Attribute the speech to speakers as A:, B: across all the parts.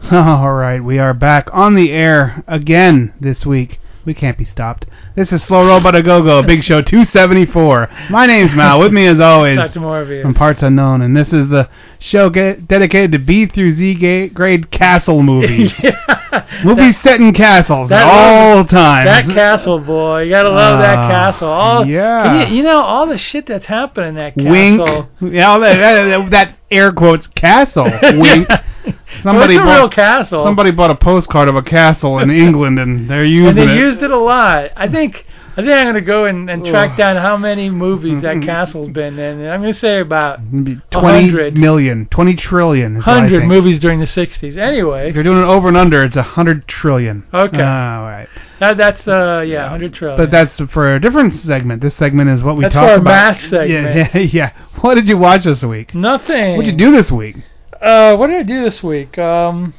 A: All right, we are back on the air again this week. We can't be stopped. This is Slow Robot A Go Go, Big Show 274. My name's Mal. With me, as always,
B: Dr. Morbius.
A: from Parts Unknown, and this is the show ga- dedicated to B through Z ga- grade castle movies.
B: yeah.
A: Movies set in castles at
B: that
A: all
B: That
A: times.
B: castle, boy. You gotta love that
A: Ah,
B: castle. All,
A: yeah.
B: You, you know, all the shit that's happened in that castle.
A: Wink. Yeah, all that, that, that air quotes castle. Wink. Somebody
B: Well, it's a
A: bought-
B: real castle.
A: Somebody bought a postcard of a castle in England, and they're using
B: and they
A: it.
B: used it a lot. I think I think I'm gonna go and, and track
A: Ugh. Mm-hmm.
B: down how many movies that castle's been in. And I'm gonna say about
A: Maybe
B: A
A: 20
B: hundred.
A: million, 20 trillion. Is what I
B: hundred
A: think.
B: movies during the '60s. Anyway,
A: If you're doing it over and under, it's 100 trillion.
B: Okay.
A: All right.
B: that, that's uh yeah, hundred trillion.
A: But that's for a different segment. This segment is what we
B: That's
A: talk
B: for our
A: about.
B: math segment.
A: Yeah, yeah, yeah. What did you watch this week?
B: nothing.
A: What'd you do this week?
B: Uh, what did I do this week? Um,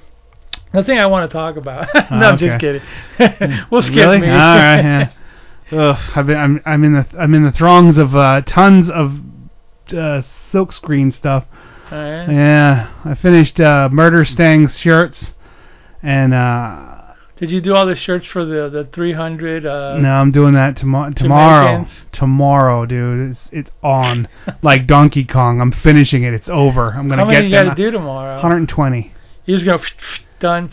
B: nothing I want to talk about. no, I'm just
A: okay. Hmm.
B: kidding. we'll skip
A: really?
B: me.
A: All right. Yeah. Ugh, I've been, I'm, I'm in the I'm in the throngs of uh, tons of uh, silkscreen stuff.
B: All right.
A: Yeah, I finished uh, Murder Stang's shirts, and uh,
B: Did you do all the shirts for the the 300? Uh,
A: No, I'm doing that tomo- tomorrow.
B: Jamaicans.
A: Tomorrow, dude. It's it's on. like Donkey Kong. I'm finishing it. It's over. I'm gonna
B: How
A: get
B: many you
A: them.
B: got to do tomorrow?
A: 120.
B: You're just gonna done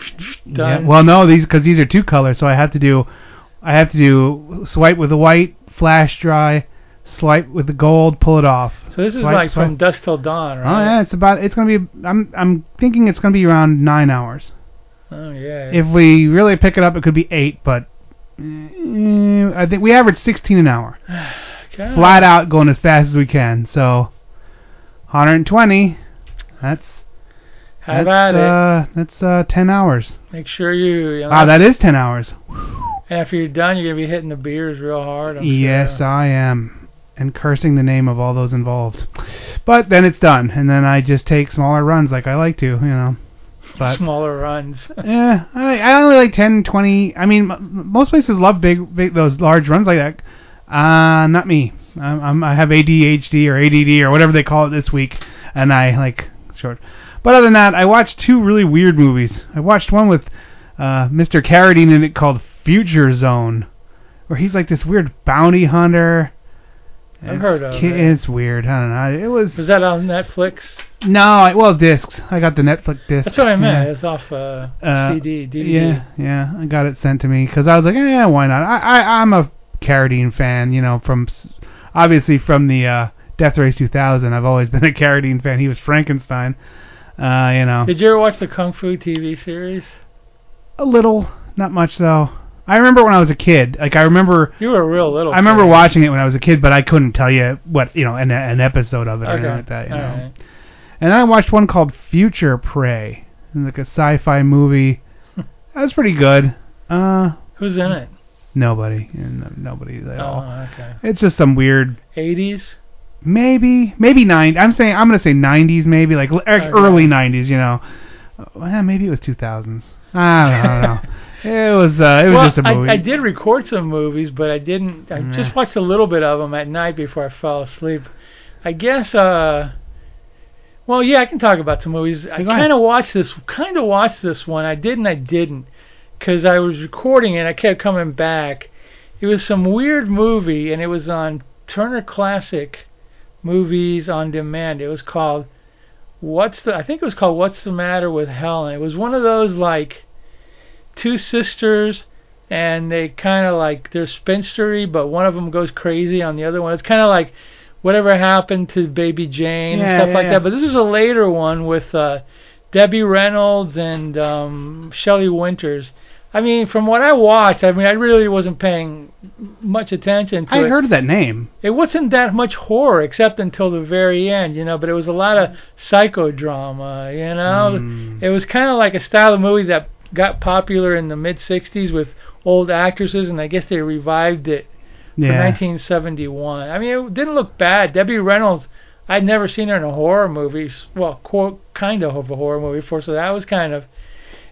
B: done.
A: Yeah. Well, no, these because these are two colors, so I have to do, I have to do swipe with the white, flash dry, swipe with the gold, pull it off.
B: so this is
A: swipe,
B: like
A: swipe.
B: from dusk till dawn,
A: Oh
B: right?
A: yeah, it's about. It's gonna be. I'm I'm thinking it's gonna be around nine hours.
B: Oh yeah.
A: If we really pick it up, it could be eight, but. mm, I think we average 16 an hour.
B: Okay.
A: flat out going as fast as we can. So 120. That's
B: Have
A: that's,
B: at it.
A: uh, That's uh, 10 hours.
B: Make sure you. you know,
A: Wow, that is 10 hours.
B: and after you're done, you're gonna be hitting the beers real hard. I'm sure.
A: Yes, I am, and cursing the name of all those involved. But then it's done, and then I just take smaller runs like I like to, you know. But
B: Smaller runs.
A: yeah, Eh, I, I only like 10, 20. I mean, m- most places love big, big those large runs like that. Uh, not me. I'm, I'm, I have ADHD or ADD or whatever they call it this week, and I like short. But other than that, I watched two really weird movies. I watched one with uh, Mr. Carradine in it called Future Zone, where he's like this weird bounty hunter.
B: I've
A: It's
B: heard of
A: ki-
B: it.
A: It's weird. I don't know. It was
B: Was that on Netflix?
A: no. I, well, discs. I got the Netflix disc.
B: That's what I meant.
A: Yeah.
B: It's off uh,
A: Uh,
B: CD, DVD.
A: Yeah, yeah, I got it sent to me because I was like, eh, why not? I, I I'm a Carradine fan, you know, from s obviously from the uh, Death Race 2000. I've always been a Carradine fan. He was Frankenstein, uh, you know,
B: Did you ever watch the Kung Fu TV series?
A: a little, not much though. I remember when I was a kid, like I remember.
B: You were a real little.
A: I remember
B: kid.
A: watching it when I was a kid, but I couldn't tell you what you know an, an episode of it or
B: Okay.
A: anything like that. You know,
B: All right.
A: And then I watched one called Future Prey, like a sci-fi movie. That was pretty good. Uh,
B: Who's in it?
A: Nobody, and no- nobody at all.
B: Oh, okay.
A: It's just some weird,
B: 80s.
A: maybe, maybe nine. I'm saying I'm gonna say 90s, maybe like l- like
B: Okay.
A: early 90s. You know, well, maybe it was 2000s. I don't know. it was. Uh, it was
B: well,
A: just a movie.
B: I, I did record some movies, but I didn't. I just watched a little bit of them at night before I fell asleep. I guess. uh Well, yeah, I can talk about some movies. I
A: go ahead.
B: kind of watched this. Kind of watched this one. I did and I didn't, because I was recording it. and I kept coming back. It was some weird movie, and it was on Turner Classic Movies on Demand. It was called. What's the? I think it was called What's the Matter with Helen. It was one of those like two sisters and they kind of like they're spinstery, but one of them goes crazy on the other one. It's kind of like whatever happened to Baby Jane
A: Yeah,
B: and stuff
A: yeah,
B: like
A: yeah.
B: that. But this is a later one with uh, Debbie Reynolds and um, Shelley Winters. I mean, from what I watched, I mean, I really wasn't paying much attention to
A: I
B: it
A: heard of that name.
B: it wasn't that much horror except until the very end, you know, but it was a lot of psychodrama, you know. It was kind of like a style of movie that got popular in the mid '60s with old actresses, and I guess they revived it for
A: Yeah.
B: 1971. I mean, it didn't look bad. Debbie Reynolds, I'd never seen her in a horror movie. s- Well, quote, kind of of a horror movie before, so that was kind of.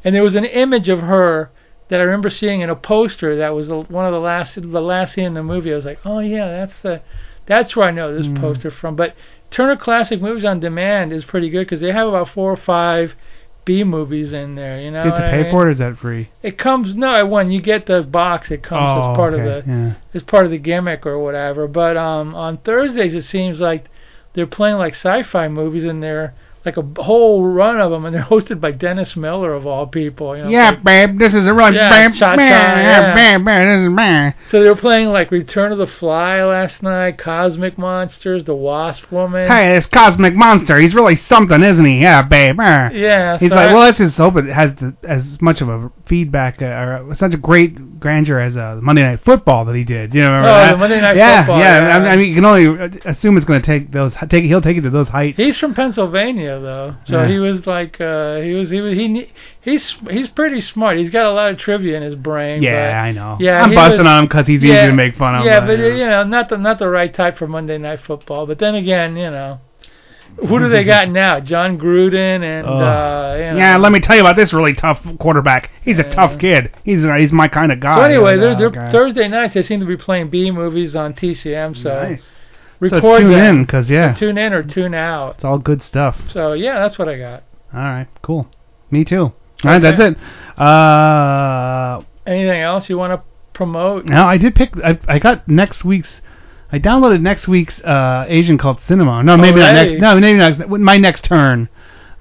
B: And there was an image of her that I remember seeing in a poster that was the- one of the last, the last scene in the movie. I was like, oh yeah, that's the, that's where I know
A: Mm.
B: this poster from. But Turner Classic Movies on Demand is pretty good because they have about four or five B movies in there. You know,
A: Did you
B: what I
A: pay
B: mean?
A: for it, or is that free?
B: It comes no, it when you get the box, it comes as Oh, part
A: Oh, okay,
B: of the
A: yeah.
B: it's part of the gimmick or whatever. But um, on Thursdays, it seems like they're playing like sci-fi movies, and they're like a b- whole run of them, and they're hosted by Dennis Miller of all people. You know,
A: Yeah, babe, this is a really
B: Yeah,
A: babe,
B: cha-cha,
A: babe,
B: yeah.
A: babe, babe, this is babe.
B: So they were playing like Return of the Fly last night, Cosmic Monsters, The Wasp Woman.
A: Hey, this cosmic monster, he's really something, isn't he? Yeah, babe. eh.
B: Yeah.
A: He's
B: so
A: like,
B: I-
A: well, let's just hope it has the, as much of a feedback uh, or such a great grandeur as uh, Monday Night Football that he did. You know, remember
B: Oh,
A: that?
B: the Monday Night
A: yeah,
B: Football,
A: Yeah,
B: yeah.
A: I mean, I mean, you can only uh, assume it's going to take those. Take he'll take it to those heights.
B: He's from Pennsylvania though, so
A: Yeah.
B: he was like, uh, he was he was he kn- he's he's pretty smart. He's got a lot of trivia in his brain.
A: yeah,
B: but-
A: I know.
B: yeah,
A: I'm
B: he
A: busting
B: was-
A: on him because he's easy to make fun of.
B: Yeah, but uh, you know, not the not the right type for Monday Night Football. But then again, you know, who do they got now? John Gruden and
A: Oh.
B: uh, you know.
A: Yeah, let me tell you about this really tough quarterback. He's a tough kid. He's uh, he's my kind of guy.
B: So anyway, they're,
A: Yeah,
B: they're
A: okay.
B: Thursday nights. They seem to be playing B movies on TCM. So
A: Nice. So
B: record
A: tune
B: that.
A: in because yeah,
B: tune in or tune out.
A: it's all good stuff.
B: So yeah, that's what I got.
A: All right, cool. Me too. All right,
B: Okay.
A: that's it. Uh,
B: Anything else you want to promote?
A: now I did pick. I, I got next week's. I downloaded next week's uh, Asian cult cinema.
B: Oh,
A: No, maybe not
B: Alrighty.
A: next. No, maybe not. My next turn.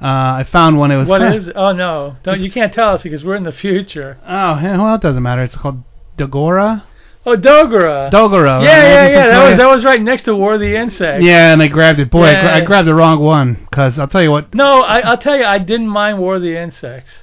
A: Uh, I found one. It was
B: What is? Oh no, don't you can't tell us because we're in the future.
A: Oh, yeah, well, it doesn't matter. It's called Dogora.
B: Oh, Dogra.
A: Dogora.
B: yeah, yeah,
A: Asian
B: yeah. That
A: cult
B: was that was right next to War of the Insect.
A: Yeah, and I grabbed it. Boy, I, gra-
B: Yeah.
A: I grabbed the wrong one. Cause I'll tell you what.
B: No, I, I'll tell you, I didn't mind War of the Insects.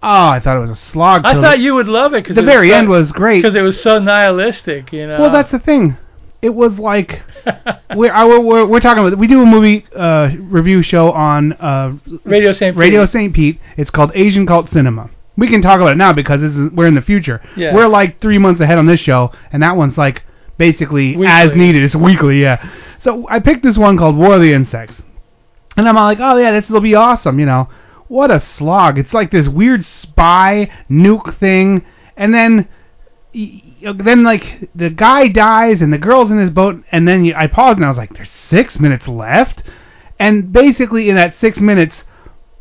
A: Oh, I thought it was a slog.
B: I
A: till
B: thought
A: the,
B: you would love it because
A: the very end was great.
B: because it uh, was so nihilistic, you know.
A: Well, that's the thing. It was like we're, I- we're we're we're talking about. We do a movie uh, review show on uh,
B: Radio St. Pete.
A: Radio St. Pete. It's called Asian Cult Cinema. We can talk about it now because this is, we're in the future.
B: Yeah.
A: We're like three months ahead on this show, and that one's like basically
B: Weekly.
A: as needed. It's weekly, yeah. So I picked this one called War of the Insects, and I'm like, oh yeah, this will be awesome, you know. What a slog! It's like this weird spy nuke thing, and then you know, then like the guy dies and the girl's in his boat and then you, I paused and I was like there's 6 minutes left and basically in that 6 minutes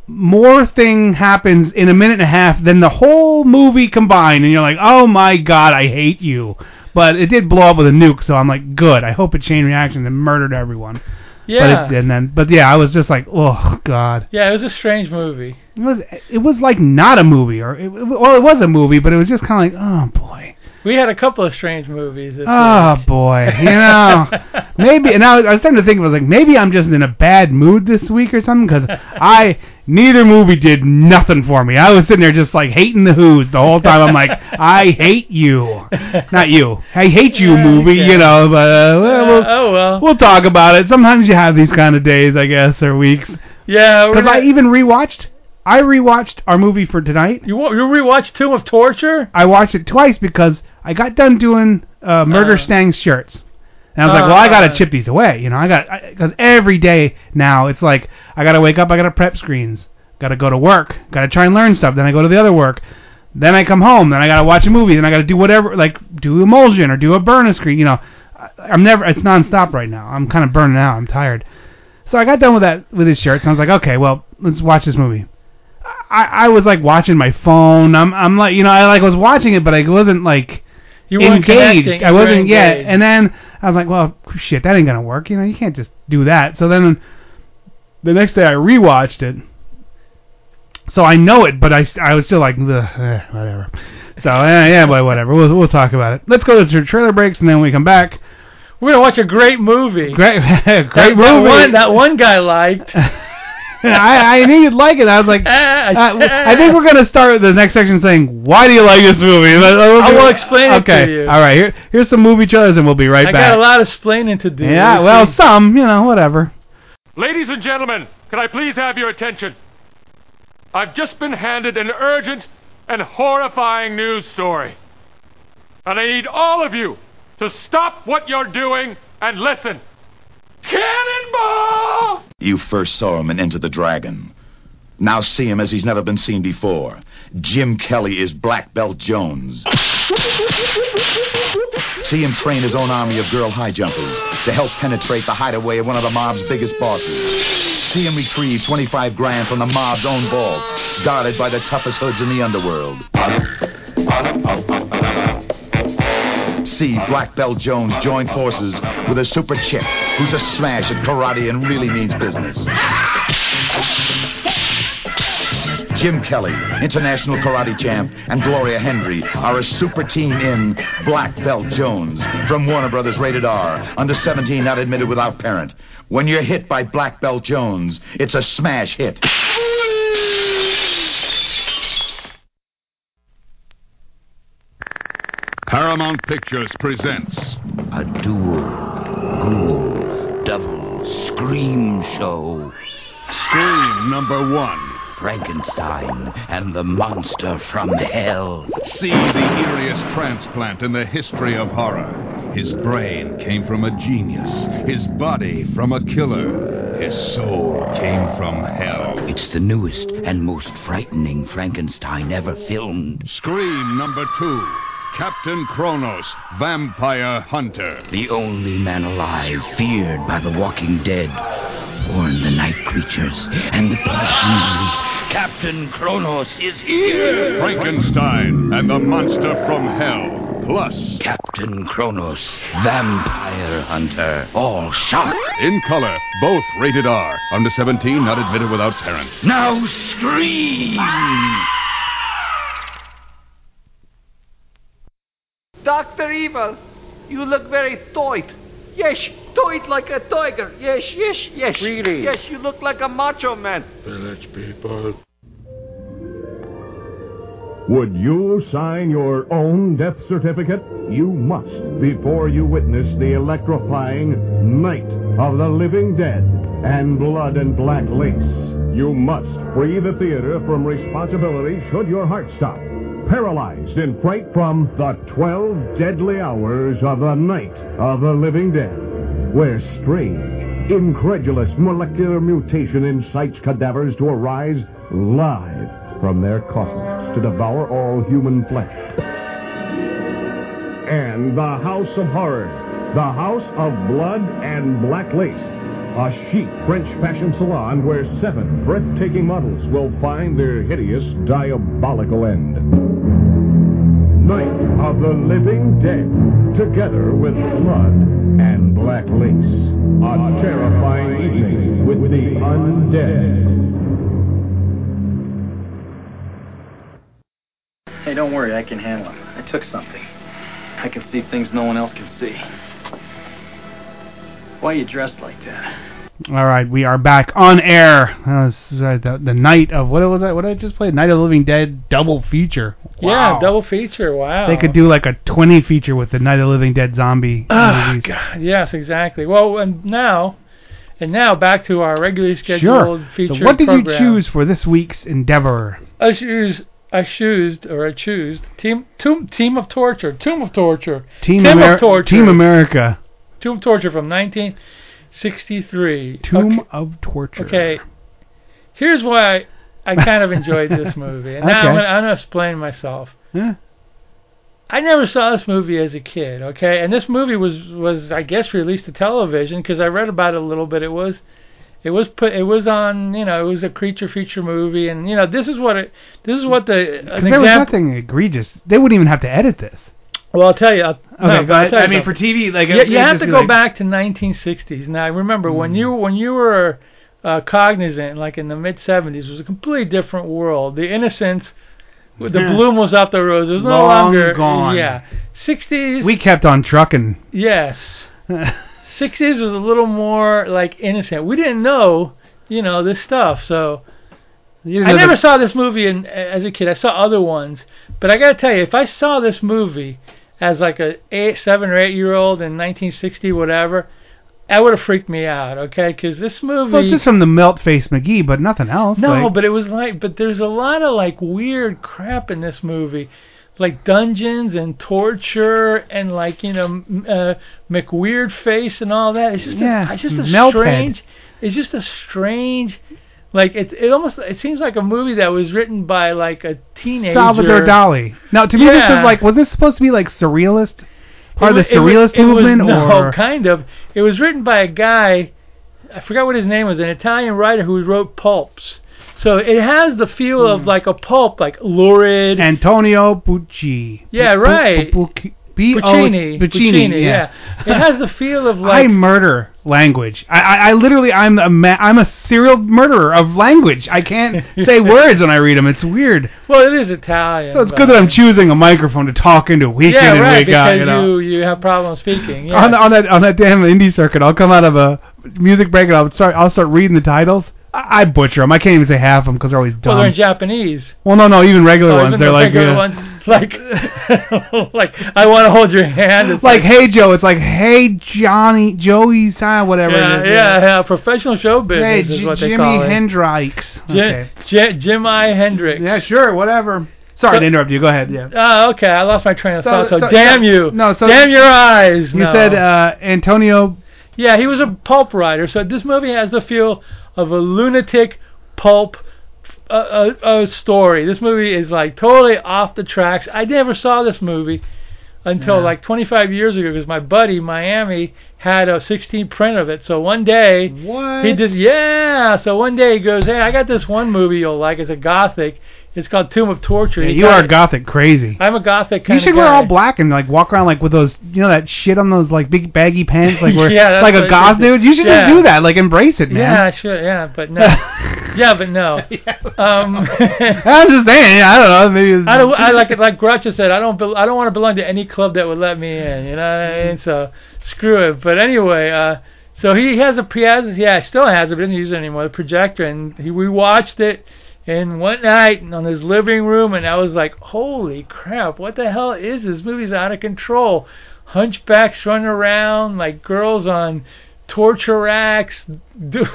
A: more thing happens in a minute and a half than the whole movie combined and you're like oh my god I hate you but it did blow up with a nuke so I'm like good I hope a chain reaction and murdered everyone
B: yeah.
A: but it, and then but yeah I was just like oh god
B: yeah, it was a strange movie.
A: it was it was like not a movie or it, or it was a movie but it was just kind of like oh boy
B: We had a couple of strange movies this
A: Oh boy, you know, maybe. And I was, I was starting to think, I was like, maybe I'm just in a bad mood this week or something, because I neither movie did nothing for me. I was sitting there just like hating the Who's the whole time. I'm like, I hate you, not you. I hate you,
B: Yeah,
A: movie.
B: okay.
A: You know, but uh,
B: week.
A: well,
B: Uh,
A: we'll,
B: oh well.
A: we'll talk about it. Sometimes you have these kind of days, I guess, or weeks.
B: yeah, we're
A: Because I
B: not-
A: even rewatched. I rewatched our movie for tonight.
B: you wa- you rewatched Tomb of Torture?
A: I watched it twice because I got done doing uh, Murder
B: Uh.
A: Stang's shirts. And I was like,
B: Uh,
A: well, I
B: uh.
A: gotta chip these away, you know. I got because every day now it's like I gotta wake up, I gotta prep screens, gotta go to work, gotta try and learn stuff. Then I go to the other work, then I come home, then I gotta watch a movie, then I gotta do whatever, like do emulsion or do a burner screen, you know. I, I'm never, it's nonstop right now. I'm kind of burning out. I'm tired. So I got done with that with his shirts, and I was like, okay, well, let's watch this movie. I, I was like watching my phone. I'm I'm like you know I like was watching it, but I wasn't like
B: You weren't
A: engaged.
B: connecting,
A: I
B: you were
A: wasn't yeah.
B: engaged.
A: And then I was like, well, shit, that ain't gonna work. You know, you can't just do that. So then the next day I rewatched it. So I know it, but I, st- I was still like "Ugh, eh, whatever. So yeah, yeah, but whatever. We'll we'll talk about it. Let's go to tra- trailer breaks and then when we come back.
B: we're gonna watch a great movie.
A: Great, great
B: that,
A: movie.
B: That one, that one guy liked.
A: I I knew you'd like it. I was like,
B: Ah,
A: uh, I think we're gonna start with the next section saying, "Why do you like this movie?"
B: I
A: I
B: will explain it to
A: okay.
B: you.
A: All right. Here, here's some movie trailers, and we'll be right
B: I
A: back.
B: got a lot of explaining to do.
A: yeah.
B: You
A: Well,
B: see.
A: some, you know, whatever.
C: Ladies and gentlemen, can I please have your attention? I've just been handed an urgent
D: and horrifying news story. And I need all of you to stop what you're doing and listen. Cannonball!
E: You first saw him in Enter the Dragon. Now see him as he's never been seen before. Jim Kelly is Black Belt Jones. see him train his own army of girl high jumpers to help penetrate the hideaway of one of the mob's biggest bosses. See him retrieve 25 grand from the mob's own vault, guarded by the toughest hoods in the underworld. See Black Belt Jones join forces with a super chick who's a smash at karate and really means business. Jim Kelly, international karate champ, and Gloria Henry are a super team in Black Belt Jones from Warner Brothers Rated R, under 17, not admitted without parent. When you're hit by Black Belt Jones, it's a smash hit.
F: Paramount Pictures presents
G: A dual, ghoul, double scream show.
F: Scream Number One.
G: Frankenstein and the monster from hell.
F: See the eeriest transplant in the history of horror. His brain came from a genius, his body from a killer, his soul came from hell.
G: It's the newest and most frightening Frankenstein ever filmed.
F: Scream Number Two. Captain Kronos, Vampire Hunter.
G: The only man alive feared by the walking dead. Warn the night creatures and the Captain Kronos is here!
F: Frankenstein and the Monster from Hell. Plus,
G: Captain Kronos, Vampire Hunter. All shot.
F: in color, both rated R. Under 17, not admitted without parent.
G: Now scream!
H: Dr. Evil, you look very toit. Yes, toit like a tiger. Yes, yes, yes.
I: Really?
H: Yes, you look like a macho man.
D: Village people.
J: Would you sign your own death certificate? You must before you witness the electrifying Night of the Living Dead and Blood and Black Lace. You must free the theater from responsibility should your heart stop. Paralyzed in fright from the 12 deadly hours of the Night of the Living Dead, where strange, incredulous molecular mutation incites cadavers to arise live from their coffins to devour all human flesh and the House of Horrors, the House of Blood and Black Lace, a chic French fashion salon where seven breathtaking models will find their hideous diabolical end. Night of the Living Dead, together with Blood and Black Lace, a terrifying evening with the undead.
K: Hey, don't worry, I can handle them. I took something. I can see things no one else can see. Why are you dressed like that?
A: All right, we are back on air. That was, uh, the, the night of what was that? What did I just play? Night of the Living Dead double feature. Wow.
B: Yeah, double feature. Wow.
A: They could do like a 20 feature with the Night of the Living Dead zombie
B: Ah,
A: movies.
B: God. Yes, exactly. Well, and now, and now back to our regularly scheduled
A: Sure.
B: feature
A: So what did
B: program.
A: you choose for this week's endeavor?
B: I choose. I choosed or I choose team tomb team of torture tomb of torture
A: Team,
B: Team of
A: Ameri-
B: Torture.
A: Team America.
B: tomb of torture from 1963.
A: Tomb
B: Okay,
A: of Torture.
B: okay. Here's why I, I kind of enjoyed this movie, and now I'm
A: Okay.
B: gonna, I'm gonna explain myself.
A: Yeah.
B: I never saw this movie as a kid, okay? And this movie was was I guess released to television because I read about it a little bit. It was it was put it was on you know it was a creature feature movie, and you know this is what it this is what the an
A: There was
B: example.
A: nothing egregious. They wouldn't even have to edit this.
B: Well, I'll tell you. I'll,
A: Okay,
B: no, but
A: go
B: I'll
A: ahead.
B: tell you
A: I mean,
B: something.
A: for TV, like
B: you, you have to go back to 1960s. Now, remember when you when you were uh, cognizant, like in the mid 70s, was a completely different world. The innocence, the bloom was out the rose. It was no
A: Hmm. Long
B: longer
A: gone.
B: Yeah, 60s.
A: We kept on trucking.
B: Yes. 60s was a little more like innocent. We didn't know, you know, this stuff. So
A: You
B: I
A: know,
B: never
A: the-
B: saw this movie in, as a kid. I saw other ones, but I gotta tell you, if I saw this movie as like a eight, seven or eight year old in 1960, whatever, that would have freaked me out, okay? Because this movie.
A: Well, it's just from the melt face McGee, but nothing else.
B: No,
A: like-
B: but it was like, but there's a lot of like weird crap in this movie, like dungeons and torture and like you know m- uh, McWeird face and all that. It's just
A: Yeah,
B: a, it's just a
A: Melthead.
B: strange. It's just a strange. Like it, it almost it seems like a movie that was written by like a teenager.
A: Salvador Dali. Now, to me, this
B: Yeah.
A: is like, was this supposed to be like surrealist? Part
B: It
A: of the
B: wa- it wa-
A: surrealist
B: it was-
A: movement,
B: no,
A: or
B: kind of. It was written by a guy. I forgot what his name was. An Italian writer who wrote pulps. So it has the feel of
A: Hmm.
B: like a pulp, like lurid.
A: Antonio Bucci?
B: Yeah,
A: Bu- bu-
B: right.
A: bu- bu- B- O-
B: Puccini,
A: oh, Puccini. Yeah.
B: yeah. It has the feel of
A: I
B: like
A: murder language. I, I, I literally, I'm a ma- I'm a serial murderer of language. I can't say words when I read them. It's weird.
B: well, it is Italian.
A: So it's
B: but-
A: good that I'm choosing a microphone to talk into week
B: yeah,
A: in and
B: right,
A: week out.
B: because
A: You know.
B: you, you have problems speaking. Yeah.
A: on, on that on that damn indie circuit, I'll come out of a music break and I'll start I'll start reading the titles. I, I butcher them. I can't even say half of them because they're always dumb.
B: well, they're in Japanese.
A: Well, no, no, even regular
B: So
A: ones.
B: even
A: they're
B: the
A: like uh,
B: regular
A: yeah.
B: ones, like, like I want to hold your hand. It's
A: like hey Joe. It's like hey Johnny Joey sign whatever.
B: yeah,
A: it is.
B: yeah, yeah, professional show
A: Hey,
B: business is
A: J-
B: what they
A: Jimmy
B: call it.
A: Hendrix.
B: Ji-
A: Okay.
B: Ji- Jim I. Hendrix.
A: Yeah, sure, whatever. Sorry
B: So-
A: to interrupt you. Go ahead. Yeah.
B: Oh, okay. I lost my train of
A: So-
B: thought. So,
A: so-
B: damn
A: yeah,
B: you.
A: no, so-
B: damn your eyes.
A: You
B: No.
A: said uh, Antonio.
B: Yeah, he was a pulp writer. So this movie has the feel of a lunatic pulp uh, uh, uh, story. This movie is like totally off the tracks. I never saw this movie until like 25 years ago because my buddy Miami had a 16 print of it. So one day
A: What?
B: he did. Yeah. So one day he goes, "Hey, I got this one movie you'll like. It's a gothic. It's called Tomb of Torture."
A: Yeah,
B: He
A: you
B: got
A: are
B: it.
A: gothic crazy.
B: I'm a gothic kind
A: You
B: of
A: should wear
B: guy.
A: all black and like walk around like with those, you know, that shit on those like big baggy pants, like where
B: Yeah, that's
A: like
B: what
A: a
B: it
A: goth
B: is.
A: dude. You should
B: Yeah.
A: just do that, like embrace it,
B: Yeah, I
A: man.
B: should. Yeah, but no. yeah, but no. Um,
A: I'm just saying. I don't know. Maybe it's,
B: I don't. I like it. Like Groucho said, I don't. Be, I don't want to belong to any club that would let me in. You know what I mean? So screw it. But anyway, uh, so he has a he has yeah still has it, but doesn't use it anymore. The projector, and he, we watched it in one night on his living room, and I was like, holy crap, what the hell is this? movie's out of control. Hunchbacks running around like girls on torture racks. Dude,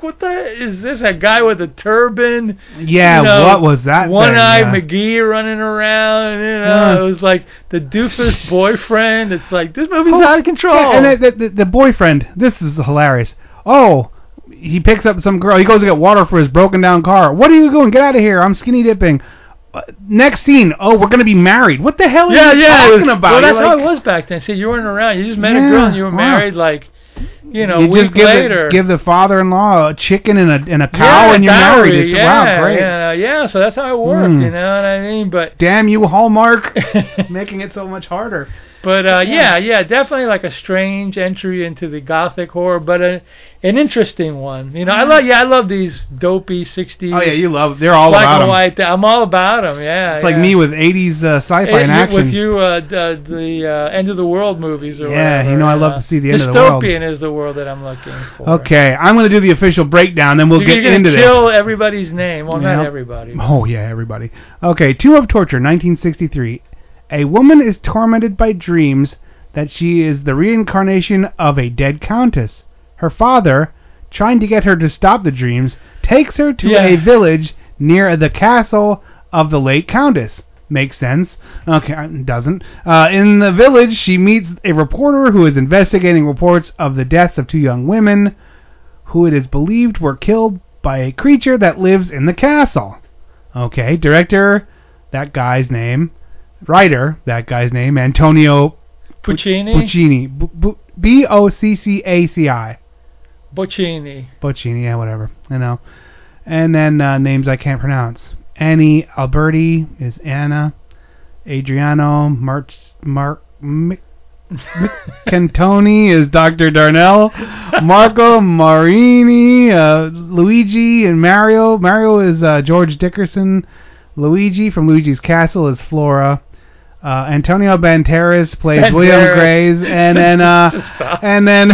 B: what the is this? A guy with a turban?
A: yeah.
B: you know,
A: what was that? thing?
B: One eyed
A: Yeah.
B: McGee running around. You know,
A: Yeah.
B: it was like the doofus boyfriend. It's like this movie's
A: Oh,
B: out of control.
A: yeah, and the, the, the boyfriend. This is hilarious. Oh, he picks up some girl. He goes to get water for his broken down car. What are you doing? Get out of here! I'm skinny dipping. Uh, Next scene. Oh, we're gonna be married. What the hell are
B: yeah,
A: you
B: yeah.
A: talking about?
B: Well, that's
A: You're
B: how
A: like-
B: it was back then. See, you weren't around. You just met
A: Yeah,
B: a girl and you were
A: wow.
B: married like, you know, a
A: you
B: week
A: just give
B: later.
A: The, give the father-in-law a chicken and a and a cow,
B: yeah,
A: and you're
B: dowry,
A: married. It's
B: yeah,
A: wow, great. Hmm.
B: Yeah, yeah, so that's how it worked. You know what I mean? But
A: Damn you, Hallmark, making it so much harder.
B: But uh, yeah. yeah, definitely like a strange entry into the gothic horror, but a, an interesting one. You know, I love yeah, I love these dopey '60s.
A: Hmm. Oh yeah, you love. They're all
B: black
A: about
B: and
A: 'em.
B: white. I'm all about them. Yeah,
A: It's like me with 80s uh, sci-fi
B: Hey,
A: and
B: you-
A: action.
B: with you, uh, d- uh, the uh, end of the world movies or
A: Yeah,
B: whatever,
A: you know I love
B: uh,
A: to see the end of the world.
B: Dystopian is the world that I'm looking for.
A: okay, I'm gonna do the official breakdown, then we'll
B: You're
A: get
B: gonna
A: into this.
B: kill everybody's name. Well,
A: Yeah.
B: not everybody.
A: Oh yeah, everybody. Okay, Tomb of Torture, 1963. A woman is tormented by dreams that she is the reincarnation of a dead countess. Her father, trying to get her to stop the dreams, takes her to
B: Yeah.
A: a village near the castle of the late countess. Makes sense. Okay, uh, doesn't. Uh, in the village, she meets a reporter who is investigating reports of the deaths of two young women who it is believed were killed by a creature that lives in the castle. Okay, director, that guy's name. Writer, that guy's name, Antonio
B: Puccini.
A: Puccini. Bu- Bu- B O C C A C I.
B: Puccini.
A: Puccini, yeah, whatever. I know. And then uh, names I can't pronounce. Annie Alberti is Anna. Adriano March Mark Mc, Cantoni is Dr. Darnell. Marco Marini, uh, Luigi, and Mario. Mario is uh, George Dickerson. Luigi from Luigi's Castle is Flora. Uh, Antonio Banderas plays William
B: Banderas.
A: Graves, and then uh,
B: Stop.
A: and then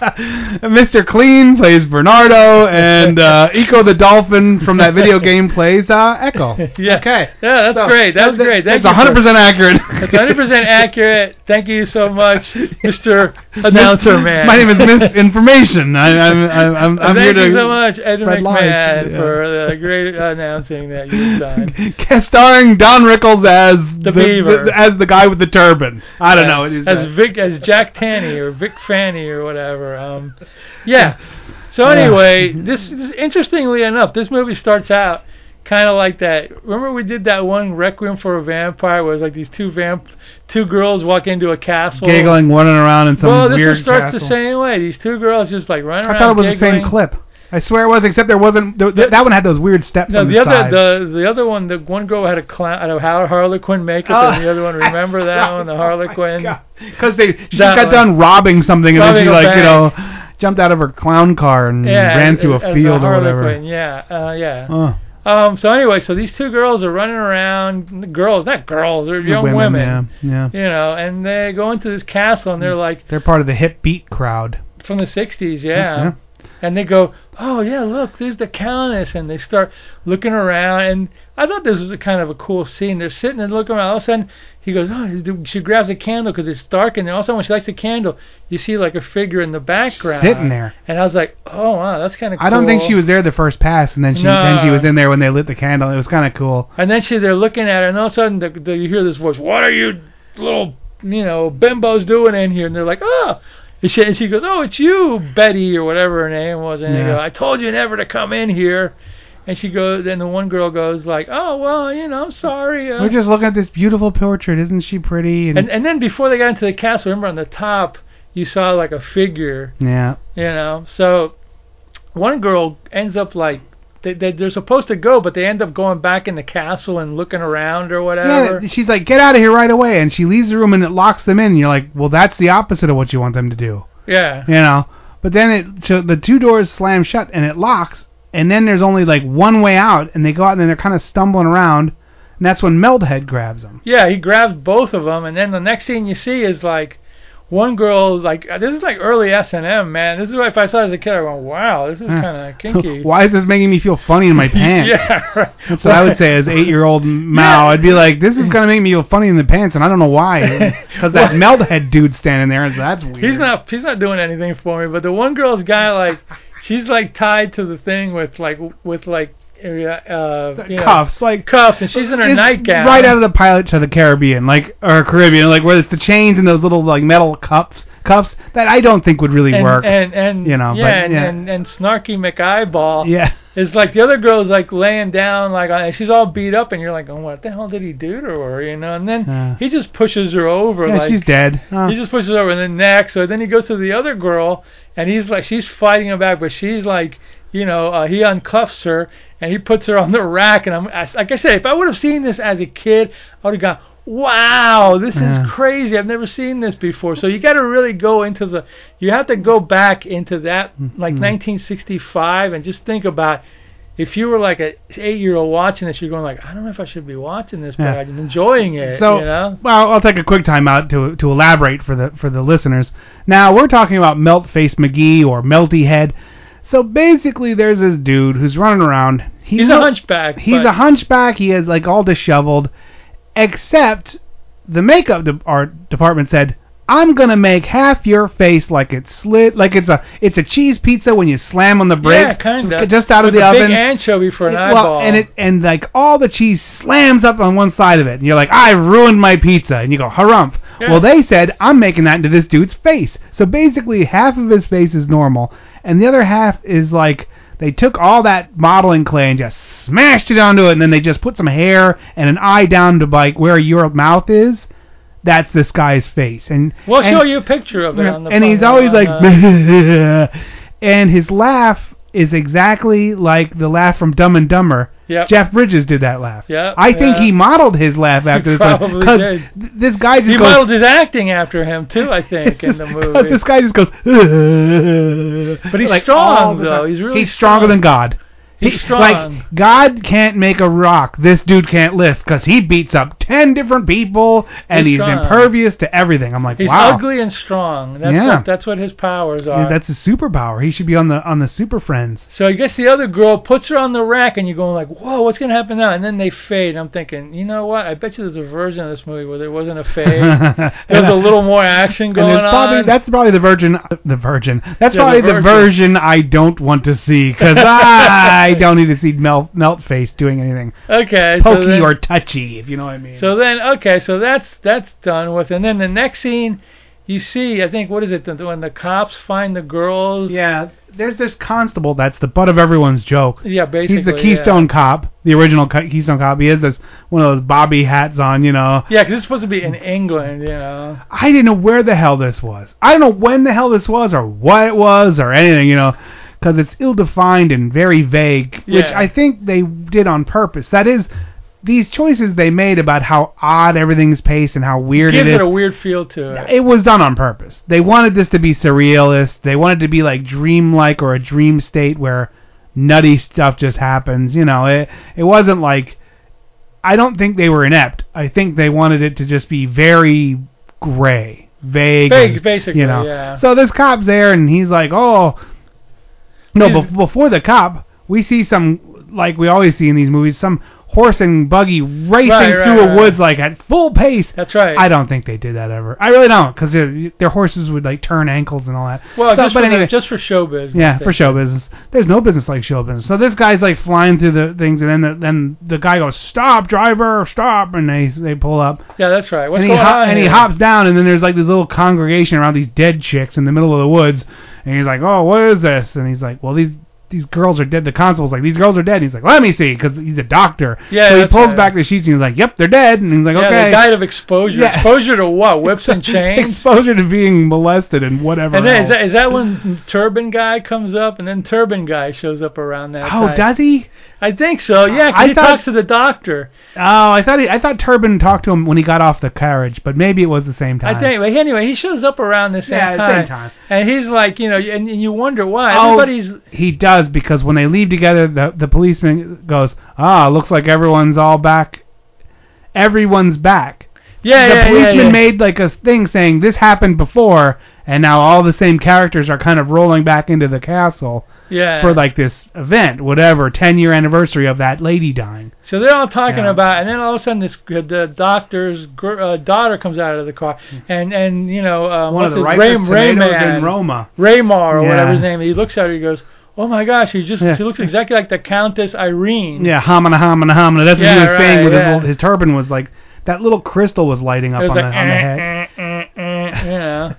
A: Mr. Clean plays Bernardo, and uh, Eco the Dolphin from that video game plays uh, Echo.
B: Yeah.
A: Okay.
B: Yeah, that's
A: So,
B: great. That was
A: that-
B: great. Thank
A: that's
B: you for-
A: 100% accurate.
B: That's 100% accurate. Thank you so much, Mr. Announcer Man.
A: My name is Misinformation. I, I'm, I'm, I'm, I'm
B: Thank
A: here
B: you
A: to
B: so much, Ed
A: spread lies.
B: McMahon,
A: Yeah.
B: for the great announcing that you've done.
A: Cast starring Don Rickles as
B: The Beaver.
A: as the guy with the turban. I don't know. It is
B: as
A: that.
B: Vic as Jack Tanny or Vic Fanny or whatever. Um, yeah. So anyway, this, this interestingly enough, this movie starts out kind of like that. Remember we did that one Requiem for a Vampire, where it was like these two vamp, two girls walk into a castle.
A: giggling, running around in some
B: Well, this
A: weird
B: one starts the
A: castle.
B: same way. These two girls just like run around.
A: I thought it was the
B: giggling.
A: same clip. I swear it was, except there wasn't. Th- th- that one had those weird steps
B: No,
A: on
B: the,
A: the,
B: other
A: side.
B: the the other one, the one girl had a clown, had a Har- Harlequin makeup,
A: Oh.
B: and the other one, remember that one, the Harlequin.
A: because they she
B: That
A: just got
B: one.
A: done robbing something and then
B: Robbing
A: she
B: a
A: like you
B: bank.
A: know jumped out of her clown car and
B: yeah,
A: ran
B: as-
A: through
B: as
A: a field or whatever.
B: Harlequin, Yeah, uh, yeah.
A: Oh,
B: Um, so anyway, so these two girls are running around. Girls, not girls, they're young women.
A: Yeah, yeah. Mm.
B: You know, and they go into this castle, and they're like
A: They're part of the hip beat crowd.
B: from the '60s,
A: Yeah.
B: yeah. And they go, oh yeah, look, there's the countess, and they start looking around. And I thought this was a kind of a cool scene. They're sitting and looking around. All of a sudden, he goes, oh, she grabs a candle because it's dark, and then all of a sudden, when she lights the candle, you see like a figure in the background
A: Sitting there.
B: And I was like, oh wow, that's kind of.
A: I don't think she was there the first pass, and then she then she
B: No.
A: was in there when they lit the candle. It was kind of cool.
B: And then she, they're looking at her, and all of a sudden, the, the, you hear this voice, "What are you little, you know, bimbos doing in here?" And they're like, "Oh," and she, and she goes, "Oh, it's you, Betty, or whatever her name was." And they
A: Yeah.
B: go, "I told you never to come in here." And she goes, then the one girl goes like, "Oh, well, you know, I'm sorry." Uh.
A: We're just looking at this beautiful portrait. Isn't she pretty? And,
B: and and then before they got into the castle, remember on the top, you saw like a figure,
A: yeah,
B: you know. So one girl ends up like. They, they, they're supposed to go, but they end up going back in the castle and looking around or whatever.
A: yeah. She's like, get out of here right away, and she leaves the room and it locks them in. And you're like, well, that's the opposite of what you want them to do.
B: yeah.
A: you know. But then it so the two doors slam shut and it locks, and then there's only like one way out, and they go out and then they're kind of stumbling around, and that's when Meldhead grabs them.
B: Yeah, he grabs both of them, and then the next thing you see is like one girl like this is like early S and M man. This is what if I saw it as a kid, I went, wow, this is kind of kinky.
A: Hmm. Why is this making me feel funny in my pants?
B: Yeah, right.
A: That's what I would say as eight-year-old Mao. I'd be like, this is gonna make me feel funny in the pants, and I don't know why, because that Meldhead dude standing there, and so that's weird.
B: He's not he's not doing anything for me, but the one girl's guy like she's like tied to the thing with like with like uh, uh you know,
A: cuffs like.
B: cuffs, and she's in her
A: it's
B: nightgown.
A: Right out of the pilot to the Caribbean, like or Caribbean, like where it's the chains and those little like metal cuffs cuffs that I don't think would really
B: and,
A: work.
B: and and
A: you know,
B: yeah,
A: but,
B: and,
A: yeah.
B: and and snarky McEyeball.
A: yeah.
B: It's like the other girl's like laying down, like on- and she's all beat up, and you're like, oh, what the hell did he do to her? You know, and then
A: Yeah.
B: he just pushes her over,
A: Yeah,
B: like
A: she's dead. Oh.
B: he just pushes her over, and then next, so then he goes to the other girl, and he's like, she's fighting him back, but she's like, you know, uh, he uncuffs her and he puts her on the rack, and I'm I- like I said, if I would have seen this as a kid, I would have gone. Wow, this
A: Yeah.
B: is crazy. I've never seen this before. So you got to really go into the you have to go back into that like
A: Mm-hmm.
B: 1965 and just think about if you were like a 8-year-old watching this, you're going like, I don't know if I should be watching this, but
A: Yeah.
B: I'm enjoying it,
A: so,
B: you know?
A: well, I'll take a quick time out to to elaborate for the for the listeners. Now we're talking about Melt Face McGee or Melty Head. So basically, there's this dude who's running around.
B: He's a hunchback.
A: He's
B: but-
A: a hunchback. He is like all disheveled, except the makeup de- art department said, "I'm gonna make half your face like it's slit, like it's a it's a cheese pizza when you slam on the
B: Yeah,
A: brakes,
B: kind
A: so-
B: of.
A: just out of
B: With
A: the
B: a
A: oven."
B: Big anchovy for an
A: Yeah,
B: eyeball.
A: Well, and it and like all the cheese slams up on one side of it, and you're like, I ruined my pizza, and you go, harumph.
B: Yeah.
A: Well, they said I'm making that into this dude's face. So basically, half of his face is normal, and the other half is like they took all that modeling clay and just smashed it onto it, and then they just put some hair and an eye down to like where your mouth is. That's this guy's face, and
B: we'll
A: and-
B: show you a picture of it on the Uh,
A: and he's
B: fucking-
A: always
B: on
A: like,
B: the-
A: and his laugh is exactly like the laugh from Dumb and Dumber.
B: Yep.
A: Jeff Bridges did that laugh.
B: Yep,
A: I think
B: yeah.
A: he modeled his laugh after this. one,
B: probably
A: 'cause
B: did.
A: th- This guy just
B: he
A: goes.
B: modeled his acting after him too, I think, in the
A: 'cause
B: movie.
A: this guy just goes. But
B: he's strong, though. He's really
A: he's stronger
B: strong.
A: than God.
B: He's
A: He-
B: strong.
A: Like God can't make a rock. This dude can't lift because he beats up ten different people and
B: He's
A: he's,
B: strong.
A: impervious to everything. I'm like,
B: He's
A: wow,
B: ugly and strong. That's
A: Yeah.
B: what that's what his powers are.
A: Yeah, that's a superpower. He should be on the on the Super Friends.
B: so I guess the other girl puts her on the rack, and you're going like, "Whoa, what's gonna happen now?" And then they fade. I'm thinking, you know what? I bet you there's a version of this movie where there wasn't a fade. There's a little more action
A: And
B: going
A: there's probably,
B: on.
A: That's probably the virgin. The virgin. That's
B: Yeah,
A: probably
B: the
A: the
B: virgin.
A: version I don't want to see because I don't need to see Melt Melt Face doing anything
B: okay, so
A: pokey
B: then-
A: or touchy, if you know what I mean.
B: So then, okay, so that's that's done with, and then the next scene, you see, I think, what is it? The, when the cops find the girls.
A: yeah, there's this constable that's the butt of everyone's joke.
B: Yeah, basically.
A: He's the
B: yeah.
A: Keystone Cop, the original Co- Keystone Cop. He has this one of those bobby hats on, you know.
B: Yeah, 'cause it's supposed to be in England, you know.
A: I didn't know where the hell this was. I don't know when the hell this was or what it was or anything, you know, because it's ill-defined and very vague, which
B: Yeah.
A: I think they did on purpose. That is, these choices they made about how odd everything's paced and how weird
B: Gives
A: it
B: it
A: is.
B: a weird feel to it.
A: it was done on purpose. They wanted this to be surrealist. They wanted to be like dreamlike or a dream state where nutty stuff just happens. You know, it it wasn't like I don't think they were inept. I think they wanted it to just be very gray, vague,
B: Vague,
A: and,
B: basically,
A: You know,
B: yeah.
A: so this cop's there and he's like, oh, no.
B: He's-
A: bef- before the cop, we see some like we always see in these movies, some horse and buggy racing
B: Right, right,
A: through a
B: right.
A: woods like at full pace.
B: That's right.
A: I don't think they did that ever. I really don't, because their, their horses would like turn ankles and all that.
B: Well,
A: So-
B: just,
A: but
B: for
A: anyway,
B: the, just for show business.
A: yeah,
B: they-
A: for show business. There's no business like show business. So this guy's like flying through the things, and then the, then the guy goes, "Stop, driver, stop!" And they they pull up,
B: Yeah, that's right. What's
A: and he
B: going
A: hop-
B: on?
A: and he
B: here?
A: hops down, and then there's like this little congregation around these dead chicks in the middle of the woods, and he's like, "Oh, what is this?" And he's like, "Well, these." These girls are dead. The constable's like, these girls are dead. And he's like, let me see, because he's a doctor.
B: Yeah,
A: So he
B: that's
A: pulls
B: right.
A: back the sheets and he's like, yep, they're dead. And he's like,
B: Yeah,
A: okay.
B: they died of exposure.
A: Yeah.
B: Exposure to what? Whips and chains.
A: exposure to being molested and whatever.
B: And then is
A: else.
B: that, is that when Turban Guy comes up, and then Turban Guy shows up around that?
A: oh,
B: time?
A: does he?
B: I think so. Yeah, 'cause
A: I
B: he
A: thought-
B: talks to the doctor.
A: Oh, I thought he, I thought Turbin talked to him when he got off the carriage, but maybe it was the same time.
B: I think. But anyway, he shows up around the same
A: Yeah,
B: time.
A: same time.
B: And he's like, you know, and, and you wonder why
A: Oh,
B: everybody's.
A: he does because when they leave together, the the policeman goes, "Ah, looks like everyone's all back. Everyone's back."
B: Yeah,
A: the
B: yeah,
A: policeman
B: yeah, yeah.
A: made like a thing saying this happened before, and now all the same characters are kind of rolling back into the castle
B: yeah.
A: for like this event, whatever ten year anniversary of that lady dying.
B: So they're all talking
A: Yeah.
B: about, and then all of a sudden, this the doctor's gr- uh, daughter comes out of the car, and and you know, um,
A: Hmm. One
B: what's
A: of the
B: his-
A: ripest
B: Ray,
A: tomatoes
B: Rayman,
A: in Roma.
B: Raymar or
A: Yeah.
B: whatever his name. is. He looks at her, he goes, "Oh my gosh, she just
A: Yeah.
B: she looks exactly like the Countess Irene."
A: Yeah, homina, homina, homina. That's
B: Yeah,
A: what he was saying
B: right,
A: with
B: yeah.
A: his, little, his turban was like that little crystal was lighting up
B: It
A: on,
B: was
A: the,
B: like,
A: on the
B: "Eh,
A: head.
B: eh, eh, eh," you know.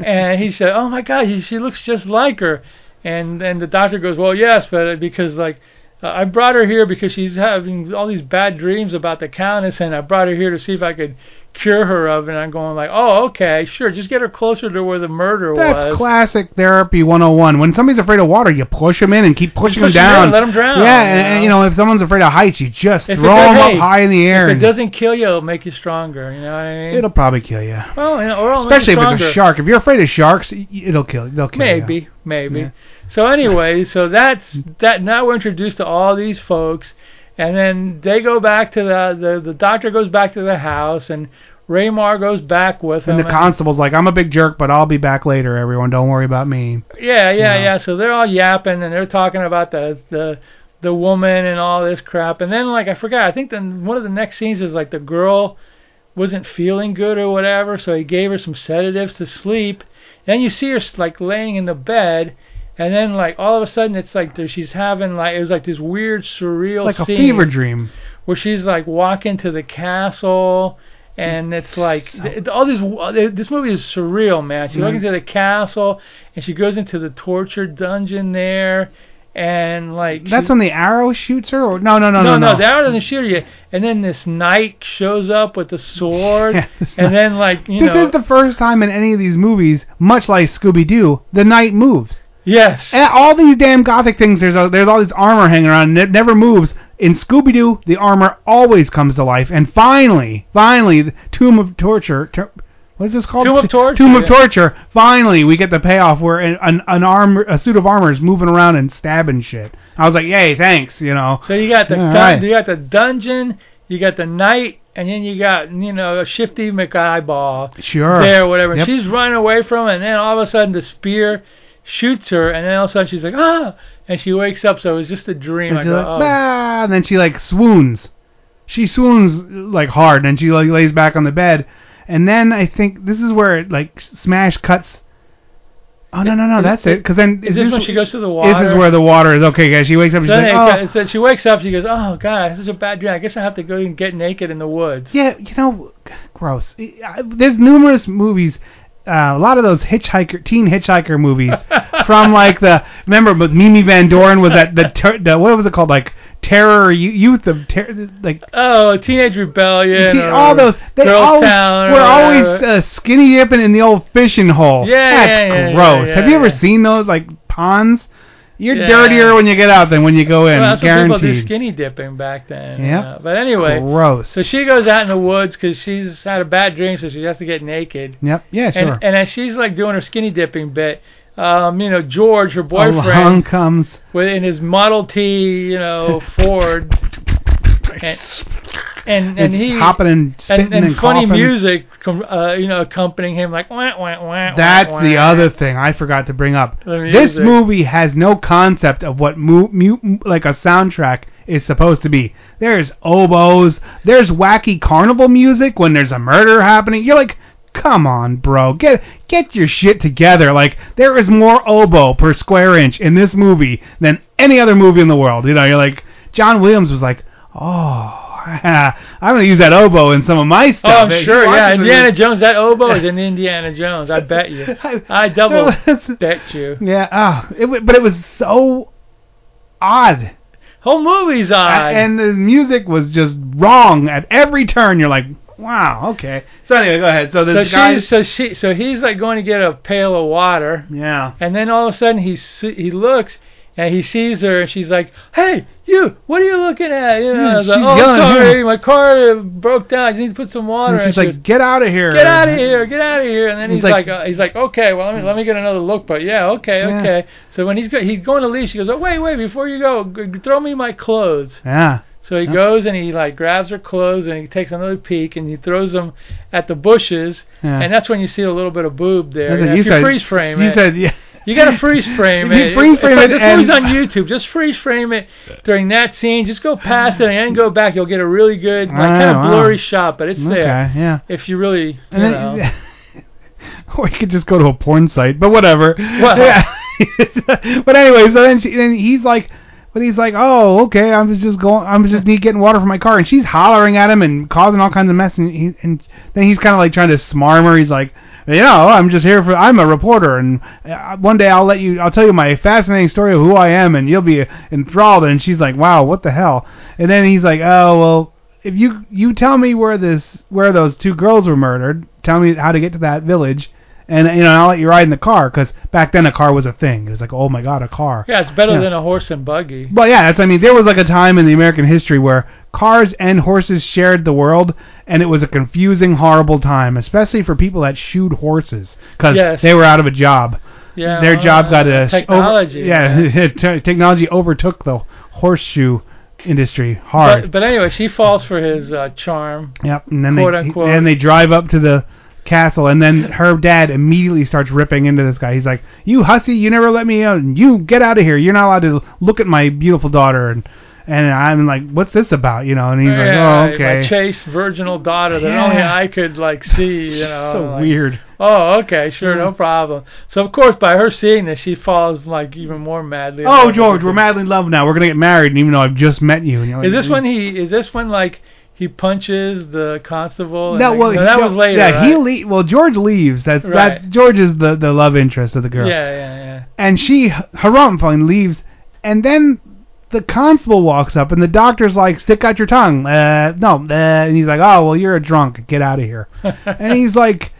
B: and he said, "Oh my God, she- she looks just like her." And and the doctor goes, "Well, yes, but because like uh, I brought her here because she's having all these bad dreams about the countess, and I brought her here to see if I could cure her of." it." And I'm going like, "Oh, okay, sure, just get her closer to where the murder was."
A: That's classic therapy 101. When somebody's afraid of water, you push them in and keep pushing
B: push 'em
A: them down.
B: in, let 'em drown,
A: Yeah,
B: you
A: and, and, you
B: know.
A: know, if someone's afraid of heights, you just
B: If it
A: throw them
B: does-
A: up
B: hey,
A: high in the air.
B: If it
A: and
B: doesn't kill you, it'll make you stronger. You know what I mean?
A: it'll probably kill you.
B: well, you know, or it'll make you
A: Especially if it's
B: stronger.
A: a shark. If you're afraid of sharks, y- it'll kill. They'll kill you.
B: Maybe, maybe. So anyway, so that's that. Now we're introduced to all these folks, and then they go back to the the, the doctor goes back to the house, and Raymar goes back with
A: And
B: him.
A: the constable's like, "I'm a big jerk, but I'll be back later. Everyone, don't worry about me."
B: yeah, yeah,
A: know.
B: yeah. So they're all yapping, and they're talking about the the the woman and all this crap, and then like I forgot, I think then one of the next scenes is like the girl wasn't feeling good or whatever, so he gave her some sedatives to sleep. Then you see her like laying in the bed, and then like all of a sudden it's like there- she's having like it was like this weird surreal
A: Like a
B: scene
A: fever dream.
B: where she's like walking to the castle. And it's like th- all these. This movie is surreal, man. She's
A: Mm-hmm.
B: walking to the castle, and she goes into the torture dungeon there, and like
A: That's
B: she-
A: when the arrow shoots her, or no, no, no,
B: no,
A: no,
B: no, the arrow doesn't shoot her yet. And then this knight shows up with the sword,
A: Yeah, this
B: and
A: knight-
B: then like you
A: this
B: know,
A: is the first time in any of these movies, much like Scooby Doo, the knight moves.
B: yes,
A: And all these damn gothic things, there's a, there's all this armor hanging around, and it never moves. In Scooby Doo, the armor always comes to life, and finally, finally, the Tomb of Torture. Ter- what is this called?
B: Tomb of Torture,
A: Tomb of
B: yeah.
A: Torture. Finally, we get the payoff where an, an, an armor, a suit of armor is moving around and stabbing shit. I was like, yay, thanks, you know.
B: So you got the
A: All
B: dun-
A: right.
B: you got the dungeon, you got the knight, and then you got you know Shifty McEyeball
A: Sure.
B: there, whatever.
A: Yep.
B: She's running away from it, and then all of a sudden the spear shoots her, and then all of a sudden she's like ah, and she wakes up. So it was just a dream.
A: And
B: I
A: she's
B: go,
A: like,
B: oh.
A: "Bah," and then she like swoons. She swoons like hard, and she like lays back on the bed. And then I think this is where it like s- smash cuts. Oh no no no, that's it. Because then
B: Is this when she goes to the water?
A: This is where the water is. Okay, guys, she wakes up. And she's
B: Then
A: like,
B: it-
A: oh
B: it said she wakes up. She goes, "Oh God, this is a bad dream. I guess I have to go and get naked in the woods."
A: yeah, you know, gross. I- There's numerous movies. Uh, a lot of those hitchhiker, teen hitchhiker movies from like the remember, but Mimi Van Doren was that the, ter- the what was it called like Terror You- Youth of Terror like
B: Oh, teenage rebellion.
A: See,
B: or
A: all those they
B: Girl
A: always
B: Town or
A: were always
B: whatever.
A: uh, skinny dipping in the old fishing hole.
B: Yeah,
A: that's
B: yeah, yeah, yeah,
A: gross.
B: yeah,
A: Have you ever
B: yeah.
A: seen those like ponds? You're
B: Yeah.
A: dirtier when you get out than when you go in.
B: Well, that's what people do
A: guaranteed.
B: skinny dipping back then.
A: Yep.
B: uh, but anyway,
A: Gross.
B: so she goes out in the woods because she's had a bad dream, so she has to get naked.
A: yep. Yeah. Sure.
B: And and as she's like doing her skinny dipping bit, um, you know George, her
A: Along
B: boyfriend,
A: comes.
B: with in his Model T, you know Ford, and and, and
A: it's
B: he
A: hopping and spitting
B: and,
A: and,
B: and, funny
A: coughing.
B: music, com- uh, you know, accompanying him like wah, wah, wah,
A: That's
B: wah,
A: the
B: wah.
A: other thing I forgot to bring up.
B: The
A: This
B: music.
A: movie has no concept of what mu- mu- like a soundtrack is supposed to be. There's oboes, there's wacky carnival music when there's a murder happening. You're like, come on, bro, get get your shit together. Like there is more oboe per square inch in this movie than any other movie in the world. You know, you're like John Williams was like, oh. I'm gonna use that oboe in some of my
B: Oh,
A: stuff.
B: I'm
A: He
B: sure, yeah.
A: watches it,
B: Indiana Jones, that oboe is in Indiana Jones. I bet you.
A: I-
B: I double
A: That's-
B: bet you.
A: Yeah, ah, it wa- but it was so odd,
B: Whole movie's odd.
A: and the music was just wrong at every turn. You're like, wow, okay. So anyway, go ahead. So
B: so
A: the guy,
B: she's so she so he's like going to get a pail of water,
A: yeah,
B: and then all of a sudden he s- he looks. And he sees her, and she's like, "Hey, you! What are you looking at?" You know,
A: Yeah,
B: I was like,
A: she's
B: "Oh,
A: yelling at
B: sorry,
A: him.
B: my car broke down. I need to put some water."
A: and she's
B: in."
A: like, get out of here,
B: get out of here, get out of here. And then
A: He's
B: he's,
A: like-
B: like, uh, he's like, okay, well, let me, let me get another look. But yeah, okay,
A: Yeah.
B: okay. So when he's go, he's going to leave, she goes, oh, wait, wait, before you go, g- g- throw me my clothes.
A: Yeah,
B: So he goes and he like grabs her clothes and he takes another peek and he throws them at the bushes.
A: Yeah.
B: And that's when you see a little bit of boob there.
A: That's what
B: You, know,
A: you
B: if you
A: said.
B: freeze frame
A: you
B: it.
A: said, yeah.
B: You gotta freeze frame
A: If you
B: it.
A: freeze
B: It's
A: frame
B: like
A: it
B: This movie's on
A: and-
B: YouTube. Just freeze frame it during that scene. Just go past it and then go back. You'll get a really good, like,
A: Ah,
B: kind of
A: wow.
B: blurry shot, but it's
A: Okay,
B: there.
A: yeah.
B: If you really, you
A: And
B: know.
A: then, or you could just go to a porn site, but whatever.
B: Well-
A: Yeah. but anyway, so then, she, then he's like, but he's like, oh, okay, I was just going, I was just need getting water for my car, and she's hollering at him and causing all kinds of mess, and he, and then he's kind of like trying to smarm her. He's like, you know, I'm just here for, I'm a reporter, and uh, one day I'll let you, I'll tell you my fascinating story of who I am, and you'll be enthralled. And she's like, wow, what the hell? And then he's like, oh, well, if you you tell me where this where those two girls were murdered, tell me how to get to that village, and you know I'll let you ride in the car because back then a car was a thing. It was like oh my god, a car.
B: Yeah, it's better
A: Yeah.
B: than a horse and buggy.
A: Well, yeah, that's I mean there was like a time in the American history where cars and horses shared the world, and it was a confusing, horrible time, especially for people that shoed horses because
B: Yes.
A: they were out of a job.
B: Yeah,
A: Their
B: well,
A: job got
B: uh,
A: a
B: technology.
A: Over, yeah, te- technology overtook the horseshoe industry hard.
B: But, but anyway, she falls for his uh, charm.
A: Yep, and then
B: Quote,
A: they
B: unquote.
A: and they drive up to the castle, and then her dad immediately starts ripping into this guy. He's like, "You hussy! You never let me out! and You get out of here! You're not allowed to look at my beautiful daughter!" And and I'm like, "What's this about?" You know? And he's
B: yeah,
A: like, "Oh,
B: My
A: okay."
B: chaste virginal daughter that
A: Yeah.
B: only I could like see. You know,
A: so
B: like,
A: weird.
B: Oh, okay, sure, no problem. So of course, by her seeing this, she falls like even more madly. in love
A: Oh,
B: with
A: George,
B: him.
A: we're madly in love now. We're gonna get married, and even though I've just met you, and you're like,
B: Is this
A: "Mm."
B: when he? Is this when like he punches the constable? and
A: No,
B: like-
A: well,
B: no, that
A: he-
B: was later.
A: Yeah, he
B: right?
A: le- well George leaves. That's that.
B: Right.
A: George is the the love interest of the
B: Yeah,
A: girl.
B: yeah, yeah.
A: and she harumph leaves and then the constable walks up and the doctor's like stick out your tongue uh, no uh, and he's like oh well you're a drunk get out of here and he's like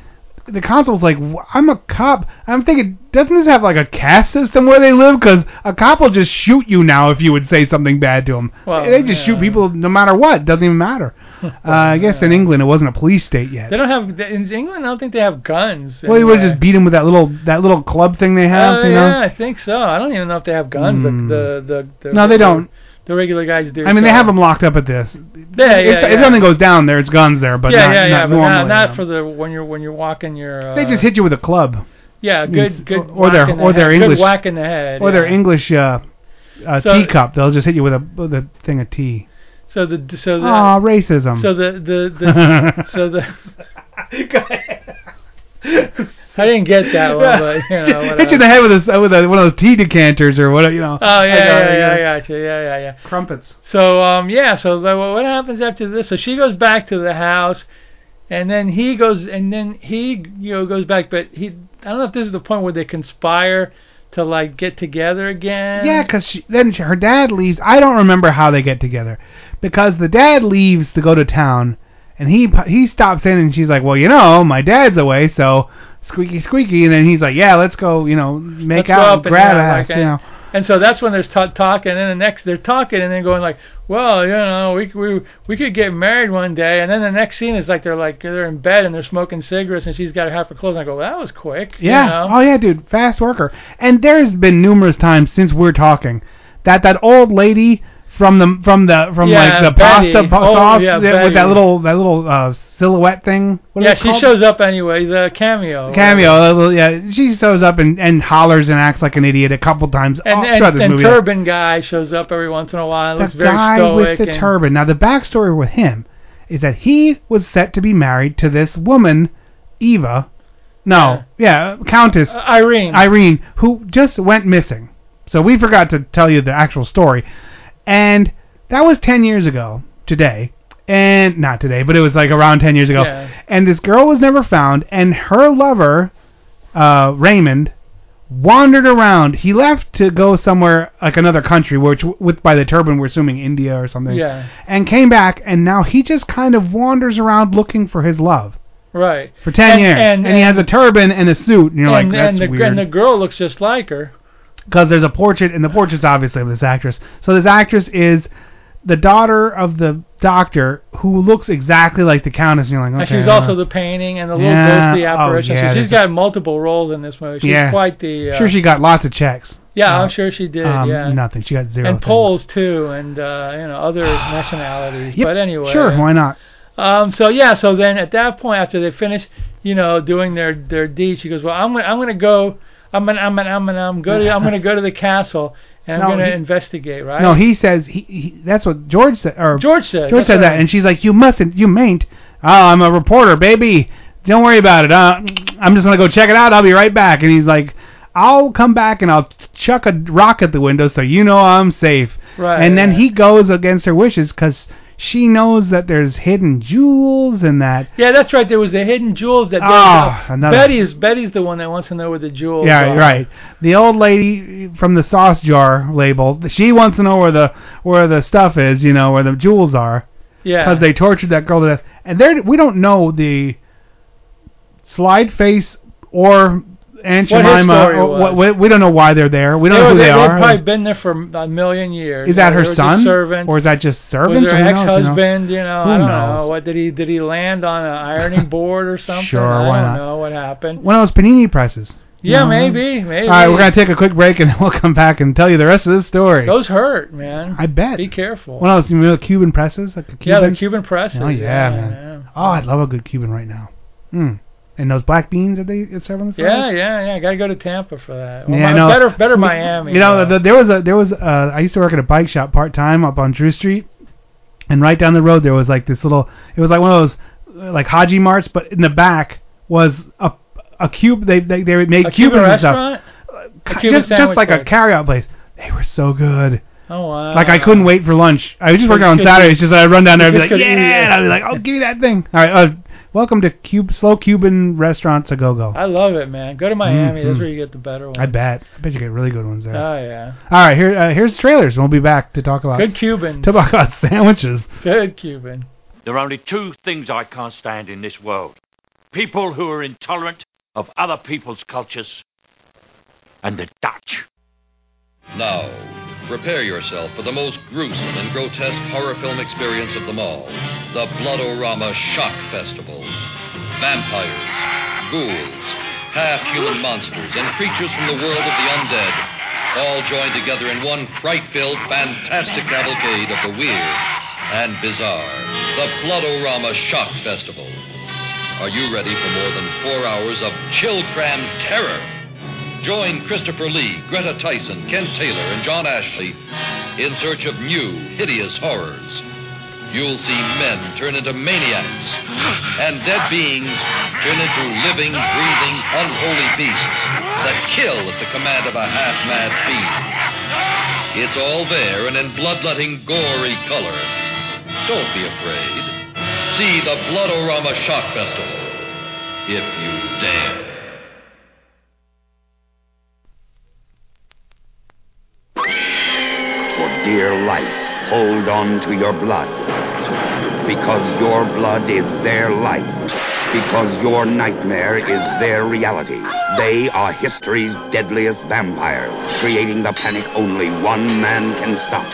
A: the constable's like "Wh- i'm a cop i'm thinking doesn't this have like a caste system where they live because a cop will just shoot you now if you would say something bad to him
B: Well,
A: they just shoot
B: yeah.
A: people no matter what doesn't even matter Uh, I guess in England it wasn't a police state yet.
B: They don't have in England. I don't think they have guns.
A: Well, you would
B: anywhere.
A: just beat him with that little that little club thing they have.
B: Oh
A: you know?
B: yeah, I think so. I don't even know if they have guns. like
A: Hmm.
B: The, the, the
A: No, they don't.
B: The regular guys do.
A: I mean, they
B: so-
A: have them locked up at this.
B: Yeah, yeah,
A: If-
B: yeah.
A: If something goes down there, it's guns there, but
B: yeah,
A: not,
B: yeah, yeah,
A: not
B: but
A: normally.
B: not, not
A: no.
B: for the when you're when you're walking your. Uh,
A: they just hit you with a club,
B: Yeah, a
A: Yes,
B: good, good.
A: or their-
B: whack in the
A: or their
B: head,
A: English-
B: Good whack in the head.
A: or their
B: yeah.
A: English uh, uh,
B: So-
A: teacup. They'll just hit you with a with a thing of tea.
B: So the so the
A: Aw, racism.
B: so the the, the so the. I didn't get that one, but you know.
A: hit you in
B: whatever.
A: the head with a, with a, one of those tea decanters or what you know.
B: Oh yeah,
A: Like, uh,
B: yeah,
A: you
B: yeah,
A: know,
B: I gotcha. Yeah, yeah, yeah.
A: Crumpets.
B: So um, yeah. So the, what happens after this? So she goes back to the house, and then he goes, and then he you know goes back, but he I don't know if this is the point where they conspire to like get together again.
A: Yeah, 'cause she, then she, her dad leaves. I don't remember how they get together because the dad leaves to go to town, and he pu- he stops in and she's like, "Well, you know, my dad's away, so squeaky squeaky." And then he's like, "Yeah, let's go, you know, make
B: Let's go
A: out,
B: up
A: and
B: and
A: grab
B: down,
A: ass,
B: like,
A: you
B: uh,
A: know."
B: And so that's when there's ta talking, and then the next they're talking, and then going like, well, you know, we we we could get married one day, and then the next scene is like they're like they're in bed and they're smoking cigarettes, and she's got half her clothes. And I go, well, that was quick.
A: Yeah.
B: You know?
A: Oh yeah, dude, fast worker. And there's been numerous times since we're talking that that old lady from the from the from
B: Yeah,
A: like the
B: Betty.
A: pasta po-
B: Oh,
A: sauce
B: yeah,
A: that- with that
B: Betty.
A: little that little uh, silhouette thing. What is
B: yeah,
A: it
B: she
A: called?
B: shows up anyway. The cameo.
A: cameo. uh, well, Yeah, she shows up and, and hollers and acts like an idiot a couple times all
B: And
A: Oh, throughout
B: and,
A: this
B: and
A: movie.
B: turban guy shows up every once in a while. and
A: the
B: Looks very
A: guy
B: stoic.
A: with the
B: and,
A: turban. Now the backstory with him is that he was set to be married to this woman, Eva. No, yeah, Countess
B: Uh, Irene.
A: Irene, who just went missing. So we forgot to tell you the actual story, and that was ten years ago today, and not today, but it was like around ten years ago.
B: Yeah.
A: And this girl was never found, and her lover, uh, Raymond, wandered around. He left to go somewhere like another country, which with by the turban we're assuming India or something.
B: Yeah.
A: And came back, and now he just kind of wanders around looking for his love
B: Right.
A: for ten
B: And-
A: years,
B: and-
A: he has
B: and-
A: a turban and a suit, and you're like,
B: and,
A: that's
B: and the,
A: weird
B: And the girl looks just like her.
A: because there's a portrait, and the portrait's obviously of this actress. So this actress is the daughter of the doctor who looks exactly like the countess, and you're like, okay.
B: And she's
A: uh,
B: also the painting and the little
A: Yeah,
B: ghostly
A: oh,
B: apparition.
A: yeah,
B: so
A: there's
B: she's got multiple roles in this movie. She's
A: Yeah.
B: quite the. Uh,
A: sure she got lots of checks.
B: yeah,
A: uh,
B: I'm sure she did.
A: um,
B: yeah.
A: nothing. She got zero.
B: and
A: things.
B: Poles too, and uh, you know other nationalities.
A: Yep,
B: But anyway,
A: sure, why not?
B: Um, so yeah, so then at that point after they finish, you know, doing their their deed, she goes, well, I'm gonna I'm gonna go, I'm gonna I'm gonna I'm gonna I'm go to I'm gonna go to the castle and
A: No,
B: I'm gonna
A: he-
B: investigate, right?
A: No, he says he, he. That's what George said. Or
B: George said.
A: George
B: that's
A: said
B: right.
A: that, and she's like, "You mustn't. You mayn't. Oh, I'm a reporter, baby. Don't worry about it. Uh, I'm just gonna go check it out. I'll be right back." And he's like, "I'll come back and I'll chuck a rock at the window so you know I'm safe."
B: Right,
A: And then
B: yeah.
A: he goes against her wishes because she knows that there's hidden jewels and that.
B: Yeah, that's right. There was the hidden jewels that.
A: Ah,
B: they-
A: another-
B: Betty's Betty's the one that wants to know where the jewels.
A: Yeah,
B: are.
A: right. The old lady from the sauce jar label. She wants to know where the where the stuff is. You know where the jewels are.
B: Yeah.
A: because they tortured that girl to death. And there, we don't know the slide face or Aunt
B: What his
A: Jemima.
B: story
A: Or,
B: was.
A: what- we, we don't know why they're there. We don't
B: They
A: know
B: were,
A: who they,
B: they've
A: are.
B: probably been there for a million years.
A: is that
B: They
A: her
B: were just
A: son,
B: servants.
A: or is that just
B: was
A: servants?
B: her
A: Or who knows, you know?
B: ex-husband? You know,
A: Who
B: I don't
A: knows?
B: know. What did he did he land on an ironing board or something?
A: Sure,
B: I
A: why
B: don't
A: not?
B: know what happened.
A: One of those panini presses.
B: yeah,
A: Mhm.
B: maybe, maybe.
A: All right, we're gonna take a quick break and then we'll come back and tell you the rest of this story.
B: Those hurt, man.
A: I bet.
B: Be careful.
A: One of those you know, Cuban presses, like a Cuban.
B: yeah, the Cuban presses.
A: Oh, yeah, man. Oh, I love a good Cuban right now. Mm. And those black beans that they serve on the side.
B: Yeah, yeah, yeah. Got to go to Tampa for that. Well,
A: Yeah,
B: Oh, my-
A: no.
B: better, better Miami.
A: You know,
B: though.
A: th there was a there was uh, I used to work at a bike shop part time up on Drew Street, and right down the road there was like this little. It was like one of those uh, like Haji Marts, but in the back was a a cube. They they, they made
B: a
A: Cubans
B: Cuban
A: and stuff.
B: restaurant. A Cuban
A: just just
B: sandwich
A: like a
B: place.
A: carryout place. They were so good.
B: Oh wow.
A: Like I couldn't wait for lunch. I was just
B: So
A: working
B: you
A: on
B: just
A: Saturdays. Just I'd run down there and be
B: you
A: like,
B: just
A: yeah,
B: couldn't eat it.
A: and I'd be like, oh, give me that thing. All right, uh, welcome to Cube Slow Cuban Restaurants a Go Go.
B: I love it, man. Go to Miami.
A: Mhm.
B: That's where you get the better ones.
A: I bet. I bet you get really good ones there.
B: Oh yeah.
A: All right, here uh, here's trailers, and we'll be back to talk about
B: Good Cuban.
A: to talk about sandwiches.
B: Good Cuban.
L: There are only two things I can't stand in this world people who are intolerant of other people's cultures and the Dutch.
G: Now, Prepare yourself for the most gruesome and grotesque horror film experience of them all the Bloodorama Shock Festival. Vampires, ghouls, half human monsters, and creatures from the world of the undead, all joined together in one fright filled, fantastic cavalcade of the weird and bizarre. The Bloodorama Shock Festival. Are you ready for more than four hours of chill-cram terror? Join Christopher Lee, Greta Tyson, Ken Taylor, and John Ashley in search of new, hideous horrors. You'll see men turn into maniacs and dead beings turn into living, breathing, unholy beasts that kill at the command of a half-mad fiend. It's all there and in bloodletting, gory color. Don't be afraid. See the Bloodorama Shock Festival if you dare.
M: For dear life, hold on to your blood. Because your blood is their life. Because your nightmare is their reality. They are history's deadliest vampires, creating the panic only one man can stop.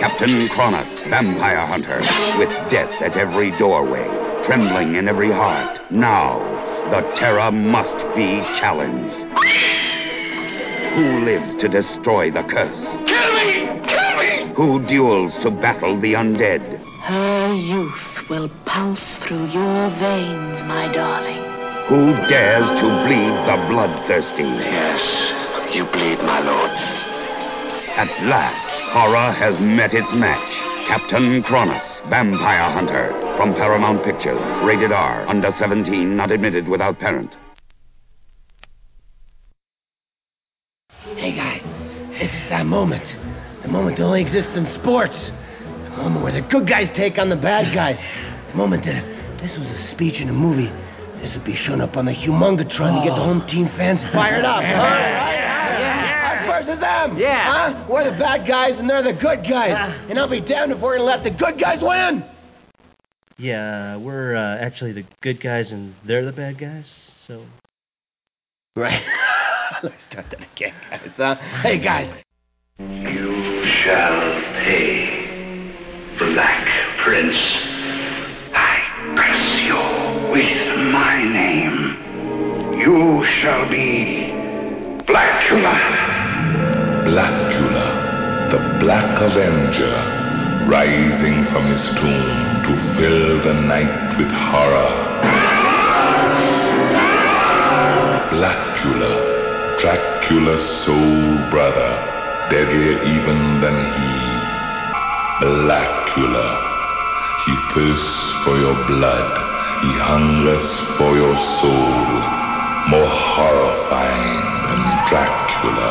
M: Captain Cronus, vampire hunter, with death at every doorway, trembling in every heart. Now, the terror must be challenged. Who lives to destroy the curse?
N: Kill me! Kill me!
M: Who duels to battle the undead?
N: Her youth will pulse through your veins, my darling.
M: Who dares to bleed the bloodthirsty? Yes, you bleed, my lord. At last, horror has met its match. Captain Cronus, Vampire Hunter, from Paramount Pictures, rated R, under 17, not admitted without parent.
O: Hey guys, this is that moment. The moment that only exists in sports. The moment where the good guys take on the bad guys. The moment that if this was a speech in a movie, this would be shown up on the Humongatron to get the home team fans fired up. huh? Us Versus them, yeah. Huh? We're the bad guys and they're the good guys, and I'll be damned if we're gonna let the good guys win.
P: Yeah, we're uh, actually the good guys and they're the bad guys. So.
O: Right. Let's start that again, guys. Huh? Hey guys,
Q: You shall pay, Black Prince. I curse you with my name. You shall be Blackula.
F: Blackula, the Black Avenger, rising from his tomb to fill the night with horror. Blackula, Dracula's soul brother, deadlier even than he. Blackula, he thirsts for your blood, he hungers for your soul, more horrifying than Dracula.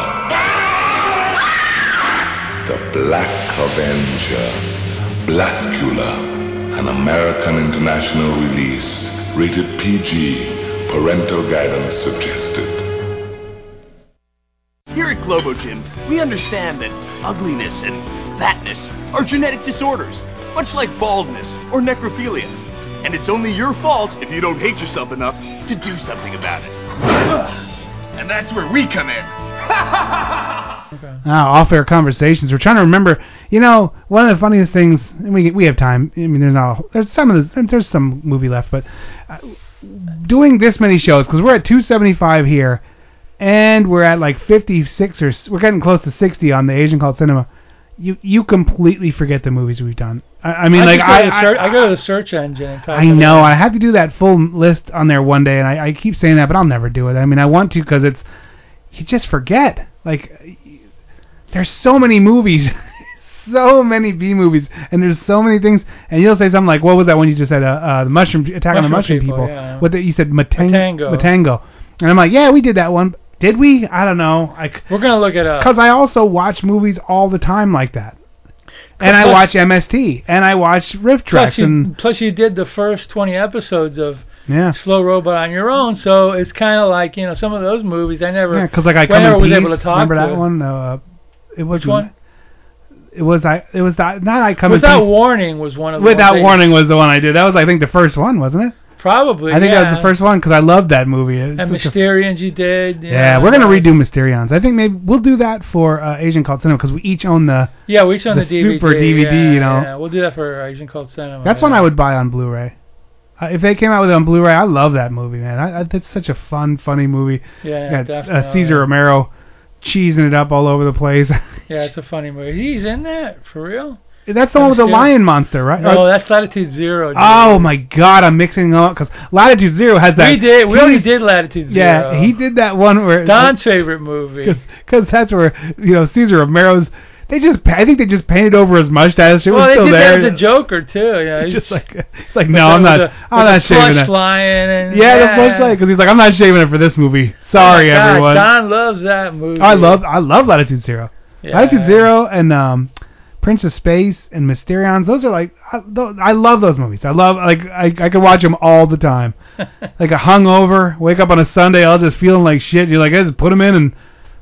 F: The Black Avenger, Blackula, an American international release, rated PG, parental guidance suggested.
R: Here at GloboGym, we understand that ugliness and fatness are genetic disorders, much like baldness or necrophilia. And it's only your fault if you don't hate yourself enough to do something about it. And that's where we come in.
A: Ah, off-air conversations. We're trying to remember. You know, one of the funniest things. And we we have time. I mean, there's not. a whole- There's some of the, There's some movie left, but uh, doing this many shows because we're at 275 here, and we're at like 56 or s- we're getting close to 60 on the Asian Cult Cinema. You you completely forget the movies we've done. I, I mean, like
B: just
A: I
B: go to the search, I, go to the search engine and type.
A: I
B: it in.
A: know. I have to do that full list on there one day, and I, I keep saying that, but I'll never do it. I mean, I want to because it's you just forget. Like there's so many movies, so many B movies, and there's so many things. And you'll say something like, "What was that one you just said? Uh, uh the mushroom attack on the mushroom
B: Mushroom People,
A: people."
B: yeah.
A: What the, you said, matang-
B: Matango.
A: Matango. And I'm like, "Yeah, we did that one. Did we? I don't know. I
B: We're gonna look it up.
A: because I also watch movies all the time like that." And I
B: Plus-
A: watch MST, and I watch Rift Tracks,
B: plus, you,
A: and
B: plus you did the first 20 episodes of
A: yeah.
B: Slow Robot on your own, so it's kind of like you know some of those movies I never
A: Yeah, 'cause like I
B: well,
A: come
B: never
A: in
B: was
A: peace.
B: able to talk
A: Remember that
B: to.
A: one? Uh, it was
B: Which one?
A: It was I. It was the, not I come in
B: Without
A: peace.
B: warning was one of the
A: Without
B: ones
A: warning was the one I did. That was I think the first one, wasn't it?
B: That, Probably.
A: I think
B: yeah.
A: that was the first one because I loved that movie. It's
B: And
A: such a-
B: Mysterians you did. you
A: yeah,
B: know,
A: we're gonna redo Mysterions. I think maybe we'll do that for uh, Asian Cult Cinema because we each own the
B: Yeah, we on the, DVD.
A: super DVD.
B: yeah,
A: you know,
B: Yeah, we'll do that for uh, Asian Cult Cinema.
A: that's
B: yeah.
A: one I would buy on Blu-ray. Uh, if they came out with it on Blu-ray, I love that movie, man. I, I, that's such a fun, funny movie.
B: Yeah,
A: Got,
B: definitely.
A: uh, Caesar Romero cheesing it up all over the place.
B: Yeah, it's a funny movie. He's in that for real.
A: that's the one with the lion monster, right?
B: No,
A: Or-
B: that's Latitude Zero. dude.
A: Uh, oh my God, I'm mixing it up because Latitude Zero has that.
B: we did. We
A: he-
B: already did Latitude Zero.
A: Yeah, he did that one where
B: Don's favorite movie.
A: because that's where you know Caesar Romero's. They just pa- I think they just painted over his mustache. It
B: well,
A: was
B: they
A: still
B: did
A: there.
B: that with the Joker too. Yeah, he's just
A: like it's like no, I'm not.
B: With the,
A: I'm not
B: with the
A: shaving
B: plush
A: it.
B: lion and
A: yeah, the flashlight because he's like I'm not shaving it for this movie. Sorry,
B: Oh God,
A: everyone.
B: Don loves that movie.
A: I love I love Latitude Zero.
B: Yeah.
A: Latitude Zero and um, Prince of Space and Mysterions. Those are like I, tho- I love those movies. I love like I I could watch them all the time. like a hungover, wake up on a Sunday, all just feeling like shit. You're like, I just put them in and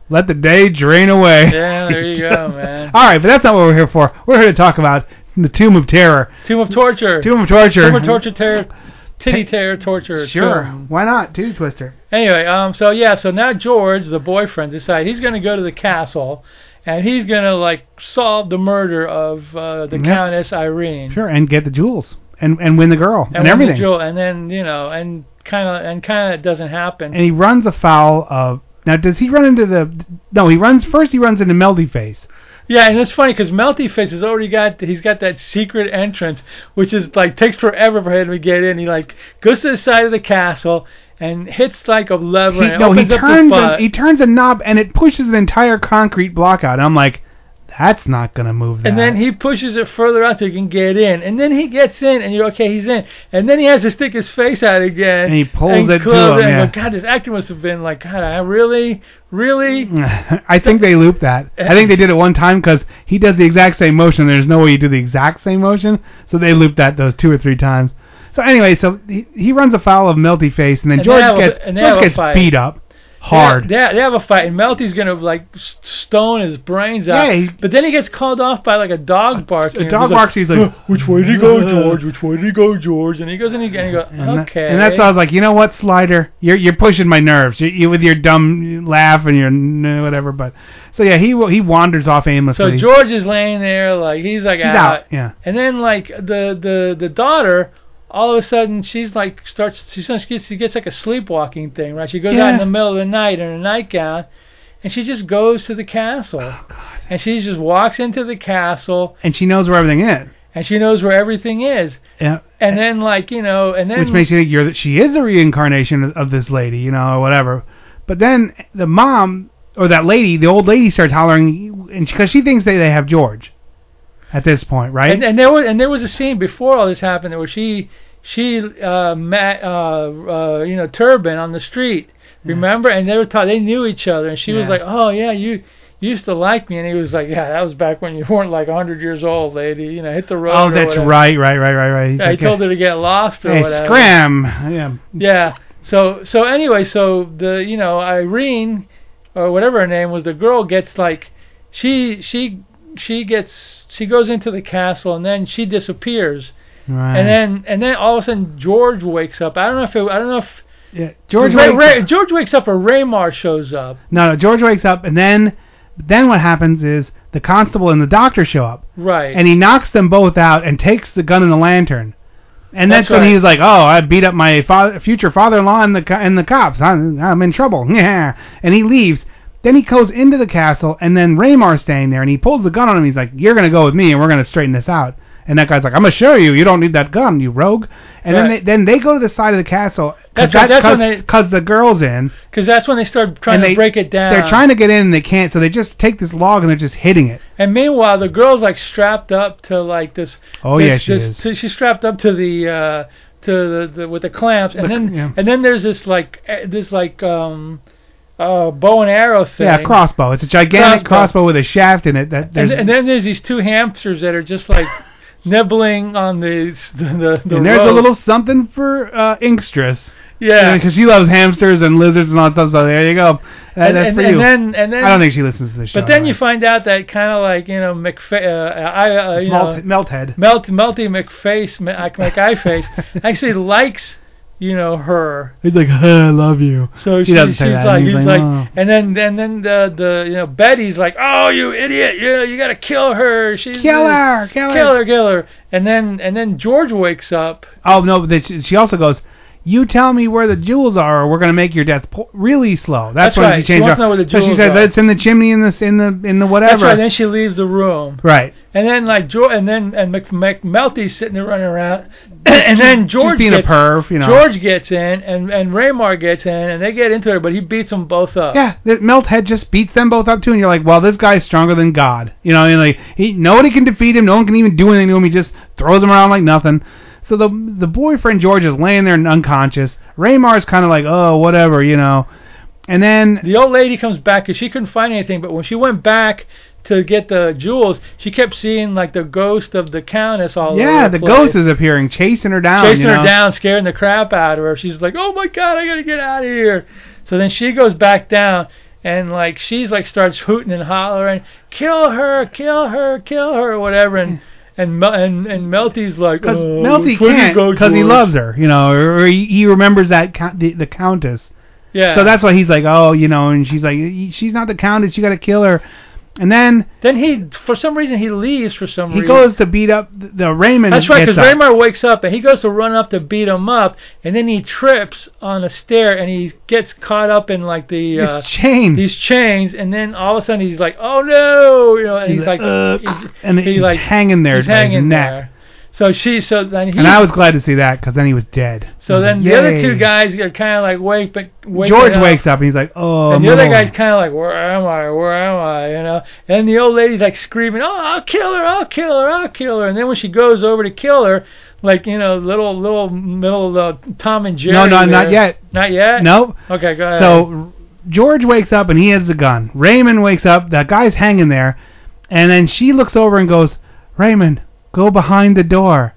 A: let the day drain away.
B: Yeah, there you go, man.
A: all right, but that's not what we're here for. We're here to talk about the Tomb of Terror.
B: Tomb of Torture.
A: Tomb of Torture.
B: Tomb of Torture. Terror. Titty Terror Torture.
A: Sure,
B: Tomb.
A: why not? Titty Twister.
B: Anyway, um, so yeah, so now George, the boyfriend, decides he's gonna go to the castle, and he's gonna like solve the murder of uh, the
A: Yeah.
B: Countess Irene.
A: Sure, and get the jewels and and win the girl and,
B: win the
A: everything.
B: jewel- and then you know, and kind of, and kind of doesn't happen.
A: and he runs afoul of. Now, does he run into the? No, he runs first. He runs into Meldy Face.
B: Yeah, and it's funny because Melty Face has already got he's got that secret entrance, which is like takes forever for him to get in. He like goes to the side of the castle and hits like a
A: He,
B: lever. and it
A: no, he
B: opens up the
A: turns
B: fu-
A: a, he turns a knob and it pushes the entire concrete block out. And I'm like, that's not gonna move. That.
B: And then he pushes it further out so he can get in. And then he gets in, and you're okay, he's in. And then he has to stick his face out again.
A: And he pulls it to
B: clubs
A: him,
B: And
A: yeah.
B: go, God, this actor must have been like, God, I really,
A: Mm-hmm.
B: really.
A: I think they looped that. I think they did it one time because he does the exact same motion. There's no way you do the exact same motion, so they looped that those two or three times. So anyway, so he, he runs afoul of Melty Face, and then
B: And they
A: George
B: have a-
A: gets
B: and they have
A: George
B: a
A: gets
B: fight.
A: beat up hard.
B: They, they, they have a fight, and Melty's gonna like s- stone his brains out.
A: Yeah, he-
B: but then he gets called off by like a dog barking.
A: A
B: He's
A: dog barks. He's like,
B: "Huh, "Which way did he go, George? Which way did he go, George?" And he goes and he, and he goes,
A: And that-
B: "Okay."
A: And that's how I was like, you know what, Slider, you're you're pushing my nerves you, you, with your dumb laugh and your n- whatever. But so yeah, he wa- he wanders off
B: So
A: aimlessly.
B: George is laying there like he's like
A: He's
B: out.
A: out, yeah.
B: And then like the the the daughter, all of a sudden she's like starts she starts- she gets she gets like a sleepwalking thing right. She goes out
A: Yeah.
B: in the middle of the night in her nightgown, and she just goes to the castle.
A: Oh,
B: And she just walks into the castle,
A: and she knows where everything is.
B: and she knows where everything is.
A: Yeah.
B: And then like you know, and then
A: Which makes you think you're that she is a reincarnation of, of this lady, you know, or whatever. But then the mom or that lady, the old lady, starts hollering, and because she, thinks they they have George at this point, right?
B: And, and there was and there was a scene before all this happened where she she uh, met uh, uh, you know Turbin on the street, remember? And they were ta- they knew each other, and she was
A: Yeah.
B: like, "Oh yeah, you." you Used to like me, and he was like, "Yeah, that was back when you weren't like 100 years old, lady. You know, hit the road."
A: oh,
B: or
A: that's
B: whatever."
A: right, right, right, right, right. He's
B: Yeah, he
A: like,
B: told her to get lost or
A: "Hey,
B: whatever.
A: scram! Yeah,
B: Yeah. So so anyway, so the you know Irene or whatever her name was, the girl gets like she she she gets she goes into the castle and then she disappears.
A: right.
B: And then and then all of a sudden George wakes up. I don't know if it, I don't know if
A: yeah, George
B: Ray,
A: wakes
B: Ray- George wakes up or Raymar shows up.
A: No, no. George wakes up, and then then what happens is the constable and the doctor show up,
B: Right.
A: and he knocks them both out and takes the gun and the lantern. And that's,
B: That's
A: when
B: right.
A: he's like, "Oh, I beat up my father, future father-in-law and the co- and the cops. I'm, I'm in trouble." Yeah, and he leaves. Then he goes into the castle, and then Raymar's staying there, and he pulls the gun on him. He's like, "You're gonna go with me, and we're gonna straighten this out." And that guy's like, "I'm gonna show you. You don't need that gun, you rogue." And then they,
B: Right.
A: then they go to the side of the castle because
B: That's right, that's when they-
A: the girls in,
B: Because that's when they start trying
A: And
B: to
A: they-
B: break it down.
A: they're trying to get in and they can't, so they just take this log and they're just hitting it.
B: And meanwhile, the girl's like strapped up to like this.
A: Oh,
B: this,
A: yeah, she
B: this,
A: is.
B: so she's strapped up to the uh, to the, the with the clamps, and
A: The-
B: then
A: yeah.
B: and then there's this like eh, this like um uh bow and arrow thing.
A: Yeah, crossbow. It's a gigantic
B: Crossbow.
A: crossbow, with a shaft in it. That
B: And,
A: there's,
B: and then there's these two hamsters that are just like nibbling on the the the. the
A: and there's a
B: rope.
A: little something for uh, Inkstress.
B: Yeah.
A: because she loves hamsters and lizards and all that stuff. So there you go. That,
B: And-
A: that's
B: and-
A: for
B: and
A: you.
B: then- and then-
A: I don't think she listens to the show.
B: But then you find out that kind of like you know McFa- uh, I uh, you
A: Melt-
B: know
A: Melthead.
B: uh, Melt Melty McFace Mc- Mc- McEyeface actually likes you know, her.
A: He's like, "Huh, I love you.
B: So
A: he
B: she,
A: doesn't
B: she's
A: say that.
B: like,
A: He's like, "Oh."
B: and then and then the the you know Betty's like, oh you idiot, you know, you gotta kill her. She's
A: Kill her, kill her."
B: kill her, kill her. And then and then George wakes up.
A: Oh no! But then she- she also goes, "You tell me where the jewels are, or we're gonna make your death po- really slow." That's,
B: That's
A: when
B: right.
A: she
B: She
A: changed.
B: wants
A: her-
B: to know where the
A: So she
B: jewels
A: says,
B: are.
A: "It's in the chimney, in this, in the, in the whatever."
B: That's right. Then she leaves the room.
A: Right.
B: And then like George, and then and Mc, McMelty's sitting there running around, and then George
A: being a
B: gets,
A: perv, you know.
B: George gets in, and and Raymar gets in, and they get into it, but he beats them both up.
A: Yeah, that Melt Head just beats them both up too, and you're like, "Well, this guy's stronger than God." You know, and like he, nobody can defeat him. No one can even do anything to him. He just throws him around like nothing. So the the boyfriend George is laying there and unconscious. Raymar's kind of like, "Oh, whatever," you know. And then
B: The old lady comes back because she couldn't find anything, but when she went back to get the jewels, she kept seeing like the ghost of the countess all
A: yeah,
B: over the,
A: the
B: place,
A: ghost is appearing, chasing her down.
B: chasing
A: you know?
B: her down, scaring the crap out of her. She's like, "Oh my god, I gotta get out of here!" So then she goes back down. And like she's like starts hooting and hollering, kill her, kill her, kill her, or whatever. And and Mel- and and Melty's like,
A: Because
B: "Uh,
A: Melty
B: where do you
A: can't,
B: go,
A: because he
B: George?"
A: loves her, you know, or he he remembers that count, the, the countess.
B: Yeah.
A: So that's why he's like, oh, you know, and she's like, she's not the countess, you got to kill her. And then
B: Then he, for some reason, he leaves for some
A: he
B: reason.
A: goes to beat up the, the Raymond.
B: That's right,
A: gets
B: because
A: up.
B: Raymar wakes up and he goes to run up to beat him up, and then he trips on a stair and he gets caught up in like the
A: This
B: uh,
A: chain.
B: these chains, and then all of a sudden he's like, oh no, you know, and he's, like, he-
A: "Uh," and
B: he,
A: he's
B: like
A: hanging there
B: he's
A: by his
B: hanging
A: neck.
B: there. So she, so then he,
A: and I was glad to see that, because then he was dead.
B: so then the other
A: Yay.
B: two guys are kind of like wake, but wake
A: George
B: up.
A: wakes up and he's like, oh,
B: uh, and the
A: I'm
B: other
A: alone.
B: guy's kind of like, where am I? Where am I? You know. And the old lady's like screaming, oh, I'll kill her! I'll kill her! I'll kill her! And then when she goes over to kill her, like you know, little little little uh, Tom and Jerry.
A: No, no, not
B: there.
A: yet.
B: Not yet.
A: Nope.
B: Okay, go ahead.
A: So George wakes up and he has the gun. Raymond wakes up. That guy's hanging there, and then she looks over and goes, "Raymond, go behind the door."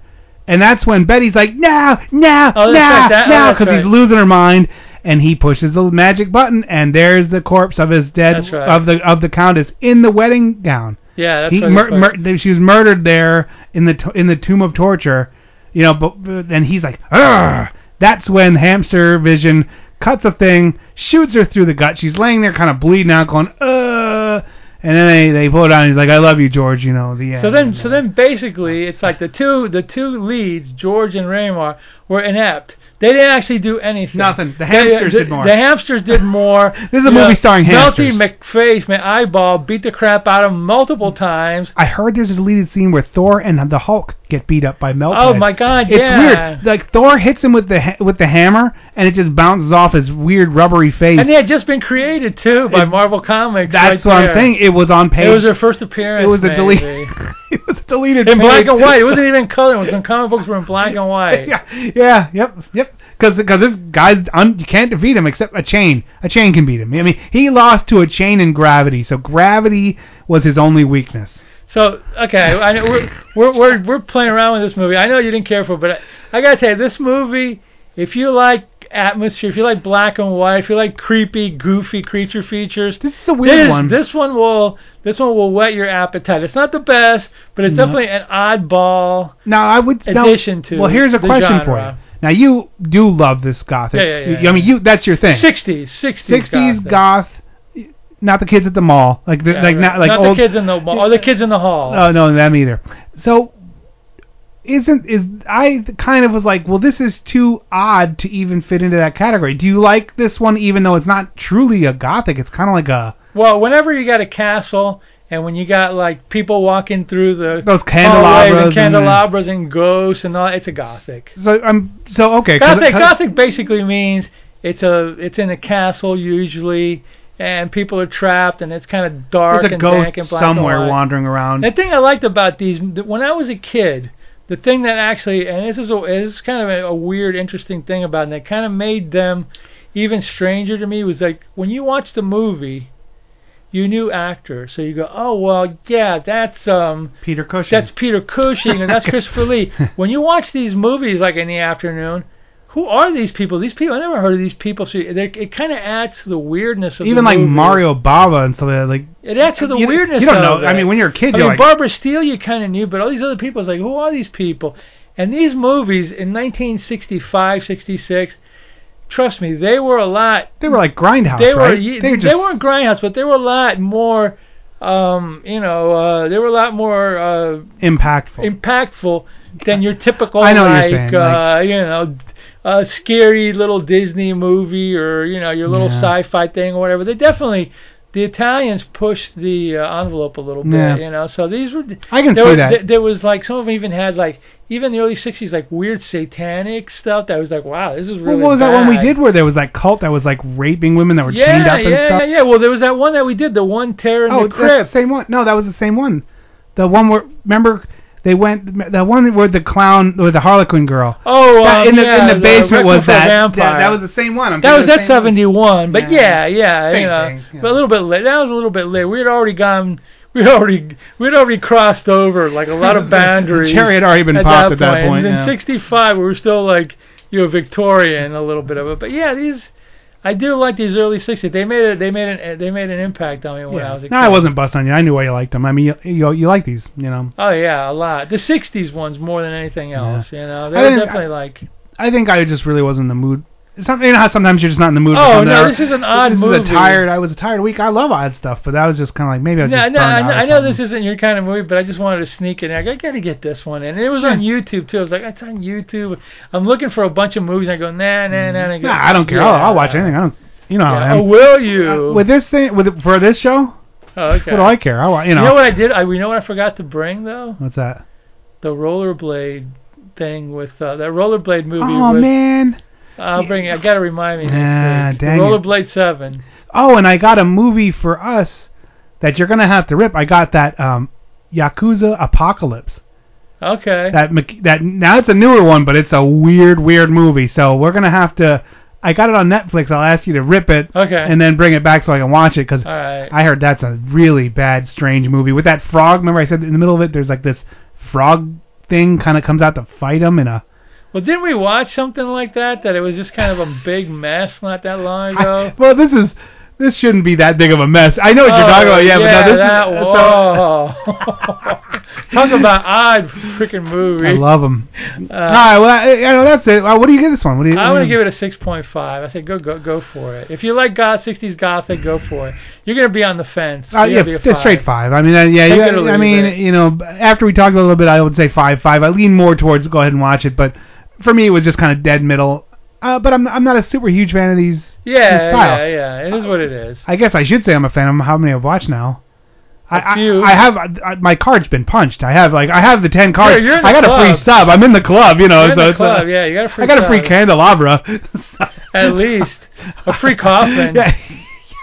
A: And that's when Betty's like, "No, no, no,
B: Oh, that's right, that- oh,
A: no,"
B: that's
A: because he's
B: right.
A: losing her mind. And he pushes the magic button, and there's the corpse of his dead
B: That's right.
A: of the of the countess in the wedding gown.
B: yeah, that's
A: he
B: what
A: mur-
B: it's like.
A: mur- she was murdered there in the to- in the tomb of torture, you know. But, but then he's like, Argh! that's when Hamster Vision cuts a thing, shoots her through the gut. She's laying there, kind of bleeding out, going, uh. And then they they pull it down. He's like, I love you, George. You know the end.
B: So then, so then, basically, it's like the two the two leads, George and Raymar, were inept. They didn't actually do anything.
A: Nothing. The
B: They-
A: hamsters
B: the,
A: did more.
B: The hamsters did more.
A: This is a
B: You
A: movie starring
B: Melty
A: hamsters.
B: McFace, my eyeball, beat the crap out of him multiple times.
A: I heard there's a deleted scene where Thor and the Hulk get beat up by Melted.
B: Oh my God,
A: It's
B: yeah.
A: weird. Like Thor hits him with the ha- with the hammer, and it just bounces off his weird rubbery face.
B: And they had just been created too by Marvel Comics.
A: That's
B: right
A: what
B: there.
A: I'm saying. It was on page.
B: It was their first appearance.
A: It was a delete-
B: maybe.
A: it was deleted
B: in black
A: page.
B: and white. It wasn't even color. It was when comic books were in black and white.
A: yeah, yeah, yep, yep. Because this guy, un, you can't defeat him except a chain. A chain can beat him. I mean, he lost to a chain and gravity, so gravity was his only weakness.
B: So okay, I know we're, we're we're we're playing around with this movie. I know you didn't care for, it, but I, I gotta tell you, this movie, if you like atmosphere, if you like black and white, if you like creepy, goofy creature features, this
A: is a weird
B: this,
A: one.
B: This one will this one will whet your appetite. It's not the best, but it's
A: No.
B: definitely an oddball.
A: Now I would now-
B: Addition to
A: Well, here's a
B: the
A: question for you.
B: genre.
A: Now you do love this gothic.
B: Yeah, yeah, yeah,
A: You- I mean, you that's your thing.
B: Sixties, sixties,
A: Sixties goth. Not the kids at the mall, like the, like not like old
B: the kids in the mall or the kids in the hall.
A: Oh no, them either. So isn't is I kind of was like, well, this is too odd to even fit into that category. Do you like this one, even though it's not truly a gothic? It's kind of like a
B: Well, whenever you got a castle and when you got like people walking through Oh, the
A: Those
B: hallways
A: candelabras and-
B: and candelabras and, ghosts and all, it's a gothic.
A: so I'm so okay. 'cause-
B: Gothic,
A: 'cause-
B: gothic basically means it's a it's in a castle usually, and people are trapped and it's kind of dark
A: There's a
B: and dank and
A: ghost
B: black
A: somewhere
B: and white.
A: wandering around.
B: The thing I liked about these, th- when I was a kid, the thing that actually, and this is a, this is kind of a, a weird, interesting thing about, it, and that kind of made them even stranger to me was like when you watch the movie, you knew actor, so you go, oh well, yeah, that's um
A: Peter Cushing.
B: That's Peter Cushing, and that's Christopher Lee. When you watch these movies like in the afternoon. Who are these people? These people I never heard of these people. So they're- it kind of adds to the weirdness of the
A: even like
B: movie.
A: Mario Bava and stuff like.
B: It adds to the
A: you,
B: weirdness.
A: You don't
B: of
A: know. I
B: it.
A: mean, when you're a kid,
B: I
A: you're like,
B: mean, Barbara Steele, you kind of knew, but all these other people, it's like, who are these people? And these movies in 1965, 66, trust me, they were a lot.
A: They were like Grindhouse,
B: They were
A: right?
B: ye-
A: They
B: they,
A: were just-
B: weren't grindhouse, but they were a lot more. Um, you know, uh, they were a lot more uh,
A: Impactful.
B: impactful than your typical
A: I know what you're
B: like,
A: saying,
B: uh, you know a scary little Disney movie or you know your little
A: Yeah.
B: sci-fi thing or whatever. They definitely the Italians pushed the uh, envelope a little bit,
A: Yeah.
B: you know. So these were
A: I can
B: there
A: see
B: were-
A: that.
B: there- there was like some of them even had like even the early '60s like weird satanic stuff that was like wow this is really
A: what was that one we
B: bad.
A: did where there was that cult that was like raping women that were
B: Yeah,
A: chained up and
B: yeah,
A: stuff?
B: yeah, yeah. Well, there was that one that we did, the one tear in
A: oh,
B: the
A: that's
B: crypt.
A: the same one. No, that was the same one. The one where remember they went that one where the clown or the Harlequin girl.
B: Oh,
A: That-
B: um,
A: in the
B: yeah,
A: in the basement
B: Requiem
A: was
B: for a
A: that.
B: Vampire.
A: That, that was the same one. I'm
B: that
A: thinking
B: was
A: of the same
B: that seventy one, but yeah, yeah,
A: Same
B: you know,
A: thing, yeah.
B: but a little bit late. That was a little bit late. We had already gone. We would already we'd already crossed over like a lot
A: The
B: of boundaries.
A: cherry had already been popped at that point,
B: And in
A: yeah.
B: sixty five, we were still like you know Victorian a little bit of it, but yeah, these. I do like these early 60s. They made it. They made an. They made an impact on me when I was a
A: No,
B: kid.
A: I wasn't busting on you. I knew why you liked them. I mean, you you, you like these, you know.
B: Oh yeah, a lot. The '60s ones more than anything else. You know,
A: I
B: they were
A: didn't-
B: definitely like.
A: I think I just really wasn't in the mood. Some, you know how sometimes you're just not in the mood. for
B: Oh
A: something
B: no,
A: or-
B: this is an odd
A: this
B: movie.
A: Is a tired. I was a tired week. I love odd stuff, but that was just kind of like maybe I was
B: No,
A: just
B: no,
A: burned
B: I
A: out
B: know,
A: or
B: I know
A: something.
B: this isn't your kind of movie, but I just wanted to sneak in. I go, I gotta get this one in. And it was on YouTube too. I was like, it's on YouTube. I'm looking for a bunch of movies. And I go, nah, nah, nah. And I, go,
A: Nah, I don't care.
B: Yeah.
A: I'll, I'll watch anything. I don't. You know, how I
B: Oh,
A: am.
B: will you?
A: with this thing with for this show?
B: oh, okay.
A: What do I care? I wa- you know.
B: what I did? I, you know what I forgot to bring though?
A: What's that?
B: The rollerblade thing with uh, that rollerblade movie.
A: Oh
B: with,
A: man.
B: I'll bring it. I gotta remind me. next
A: Ah,
B: week.
A: dang it.
B: rollerblade Seven.
A: Oh, and I got a movie for us that you're gonna have to rip. I got that um, Yakuza Apocalypse.
B: Okay.
A: That Mc- that now it's a newer one, but it's a weird, weird movie. So we're gonna have to. I got it on Netflix. I'll ask you to rip it,
B: Okay.
A: and then bring it back so I can watch it because
B: All right.
A: I heard that's a really bad, strange movie with that frog. Remember, I said in the middle of it, there's like this frog thing kind of comes out to fight him in a.
B: Well, didn't we watch something like that? That it was just kind of a big mess not that long ago.
A: Well, this is this shouldn't be that big of a mess. I know what
B: Oh,
A: you're talking about. Yeah, but no, this is.
B: that, whoa. Talk about odd freaking movie.
A: I love them.
B: Uh,
A: All right, well, I, I know that's it. Uh, What do you give this one? What do you,
B: I'm gonna give it a 6.5. I said go go go for it. If you like goth 60s gothic, go for it. You're gonna be on the fence.
A: Uh,
B: You're
A: yeah,
B: gonna be a
A: f- straight five. I mean, uh, yeah,
B: Take
A: you,
B: it or
A: I
B: leave
A: mean,
B: it.
A: you know, b- after we talked a little bit, I would say five, five. I lean more towards go ahead and watch it, but for me, it was just kind of dead middle. Uh, but I'm I'm not a super huge fan of these. this
B: Yeah,
A: style.
B: yeah, yeah. It is what it is.
A: I guess I should say I'm a fan of how many I've watched now. I, I,
B: few.
A: I have I, my card's been punched. I have like I have the ten cards.
B: Yeah, you're in
A: I
B: the
A: got a free
B: club.
A: sub. I'm in the club, you know.
B: You're in
A: so
B: the
A: it's
B: club,
A: uh,
B: yeah, you got a free
A: I got a free
B: sub.
A: candelabra.
B: At least a free coffin.
A: Yeah,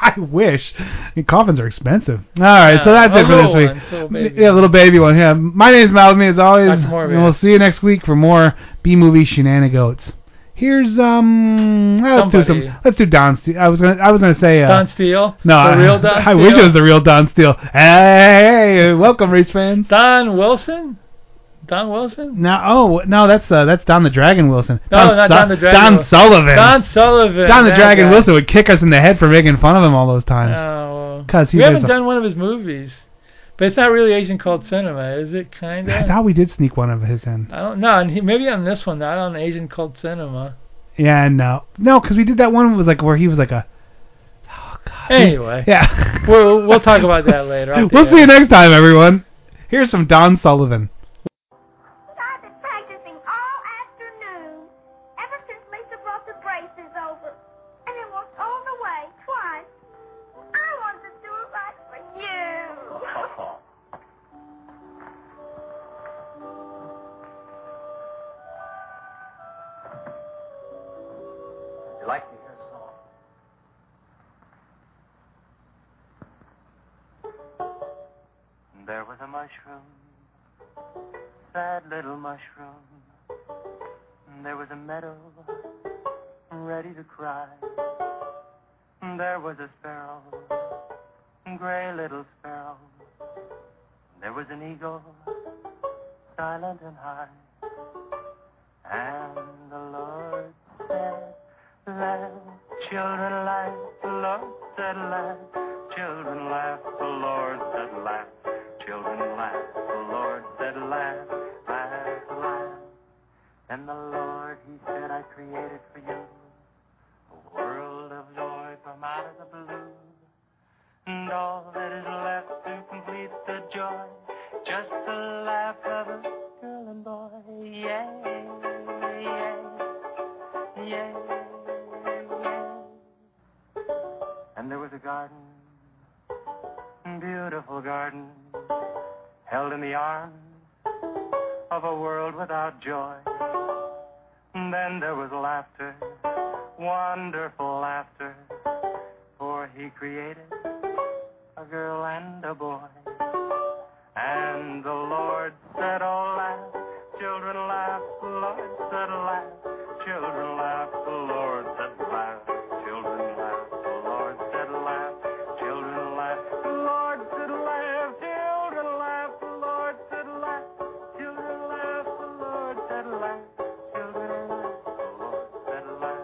A: I wish. And coffins are expensive. All right, so
B: Yeah,
A: that's
B: a
A: it for this
B: little
A: week.
B: one, little baby
A: yeah, little baby one. Yeah. My name's Malvin as always.
B: Dr. Morbius.
A: And we'll see you next week for more B movie shenanigans. Here's um let's do
B: Somebody.
A: some let's do Don Steele. I was gonna I was gonna say uh,
B: Don Steele.
A: no,
B: the
A: I,
B: real Don.
A: I wish it
B: Steele?
A: was the real Don Steele. Hey, welcome, race fans.
B: Don Wilson. Don Wilson.
A: No, oh no, that's uh, that's Don the Dragon Wilson.
B: No, not Don the Dragon.
A: Don
B: Wilson.
A: Sullivan.
B: Don Sullivan.
A: Don the
B: that
A: Dragon
B: guy.
A: Wilson would kick us in the head for making fun of him all those times.
B: Oh, well.
A: 'Cause he
B: we
A: was
B: haven't
A: a-
B: done one of his movies, but it's not really Asian called cinema, is it? Kind
A: I
B: of.
A: thought we did sneak one of his in.
B: I don't know, and he, maybe on this one, not on Asian called cinema.
A: Yeah, no, no, because we did that one was like where he was like a.
B: Anyway,
A: Yeah.
B: we'll we'll talk about that later. I'll
A: we'll
B: do
A: see you
B: that.
A: next time, everyone. Here's some Don Sullivan.
S: practicing all afternoon, ever since Lisa brought the braces over. And it walked all the way, twice. I wanted to do it right for you.
M: You like to hear a song? There was a mushroom, sad little mushroom. There was a meadow, ready to cry. There was a sparrow, gray little sparrow. There was an eagle, silent and high. And the Lord said, Let children laugh, the Lord said, laugh. Children laugh, the Lord said, laugh. Children laugh, the Lord said, laugh, laugh, laugh. in the Lord, he said, I created for you a world of joy from out of the blue. And all that is left to complete the joy, just the laugh of a girl and boy. Yeah, yeah, yeah, yeah. And there was a garden, beautiful garden, held in the arms of a world without joy. And then there was laughter, wonderful laughter, for he created a girl and a boy. And the Lord said, oh laugh, children laugh, the Lord said laugh, children laugh, the Lord said laugh, children laugh, the Lord said laugh, children laugh, the Lord said laugh, children laugh, the Lord said laugh, children laugh, the Lord said laugh, children laugh, the Lord said laugh.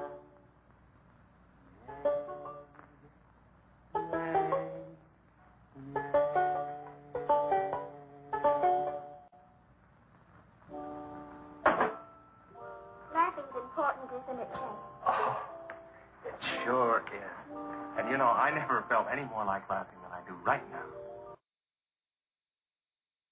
S: Laughing's important, isn't it, Jack?
M: Sure is. And you know, I never felt any more like laughing than I do right now.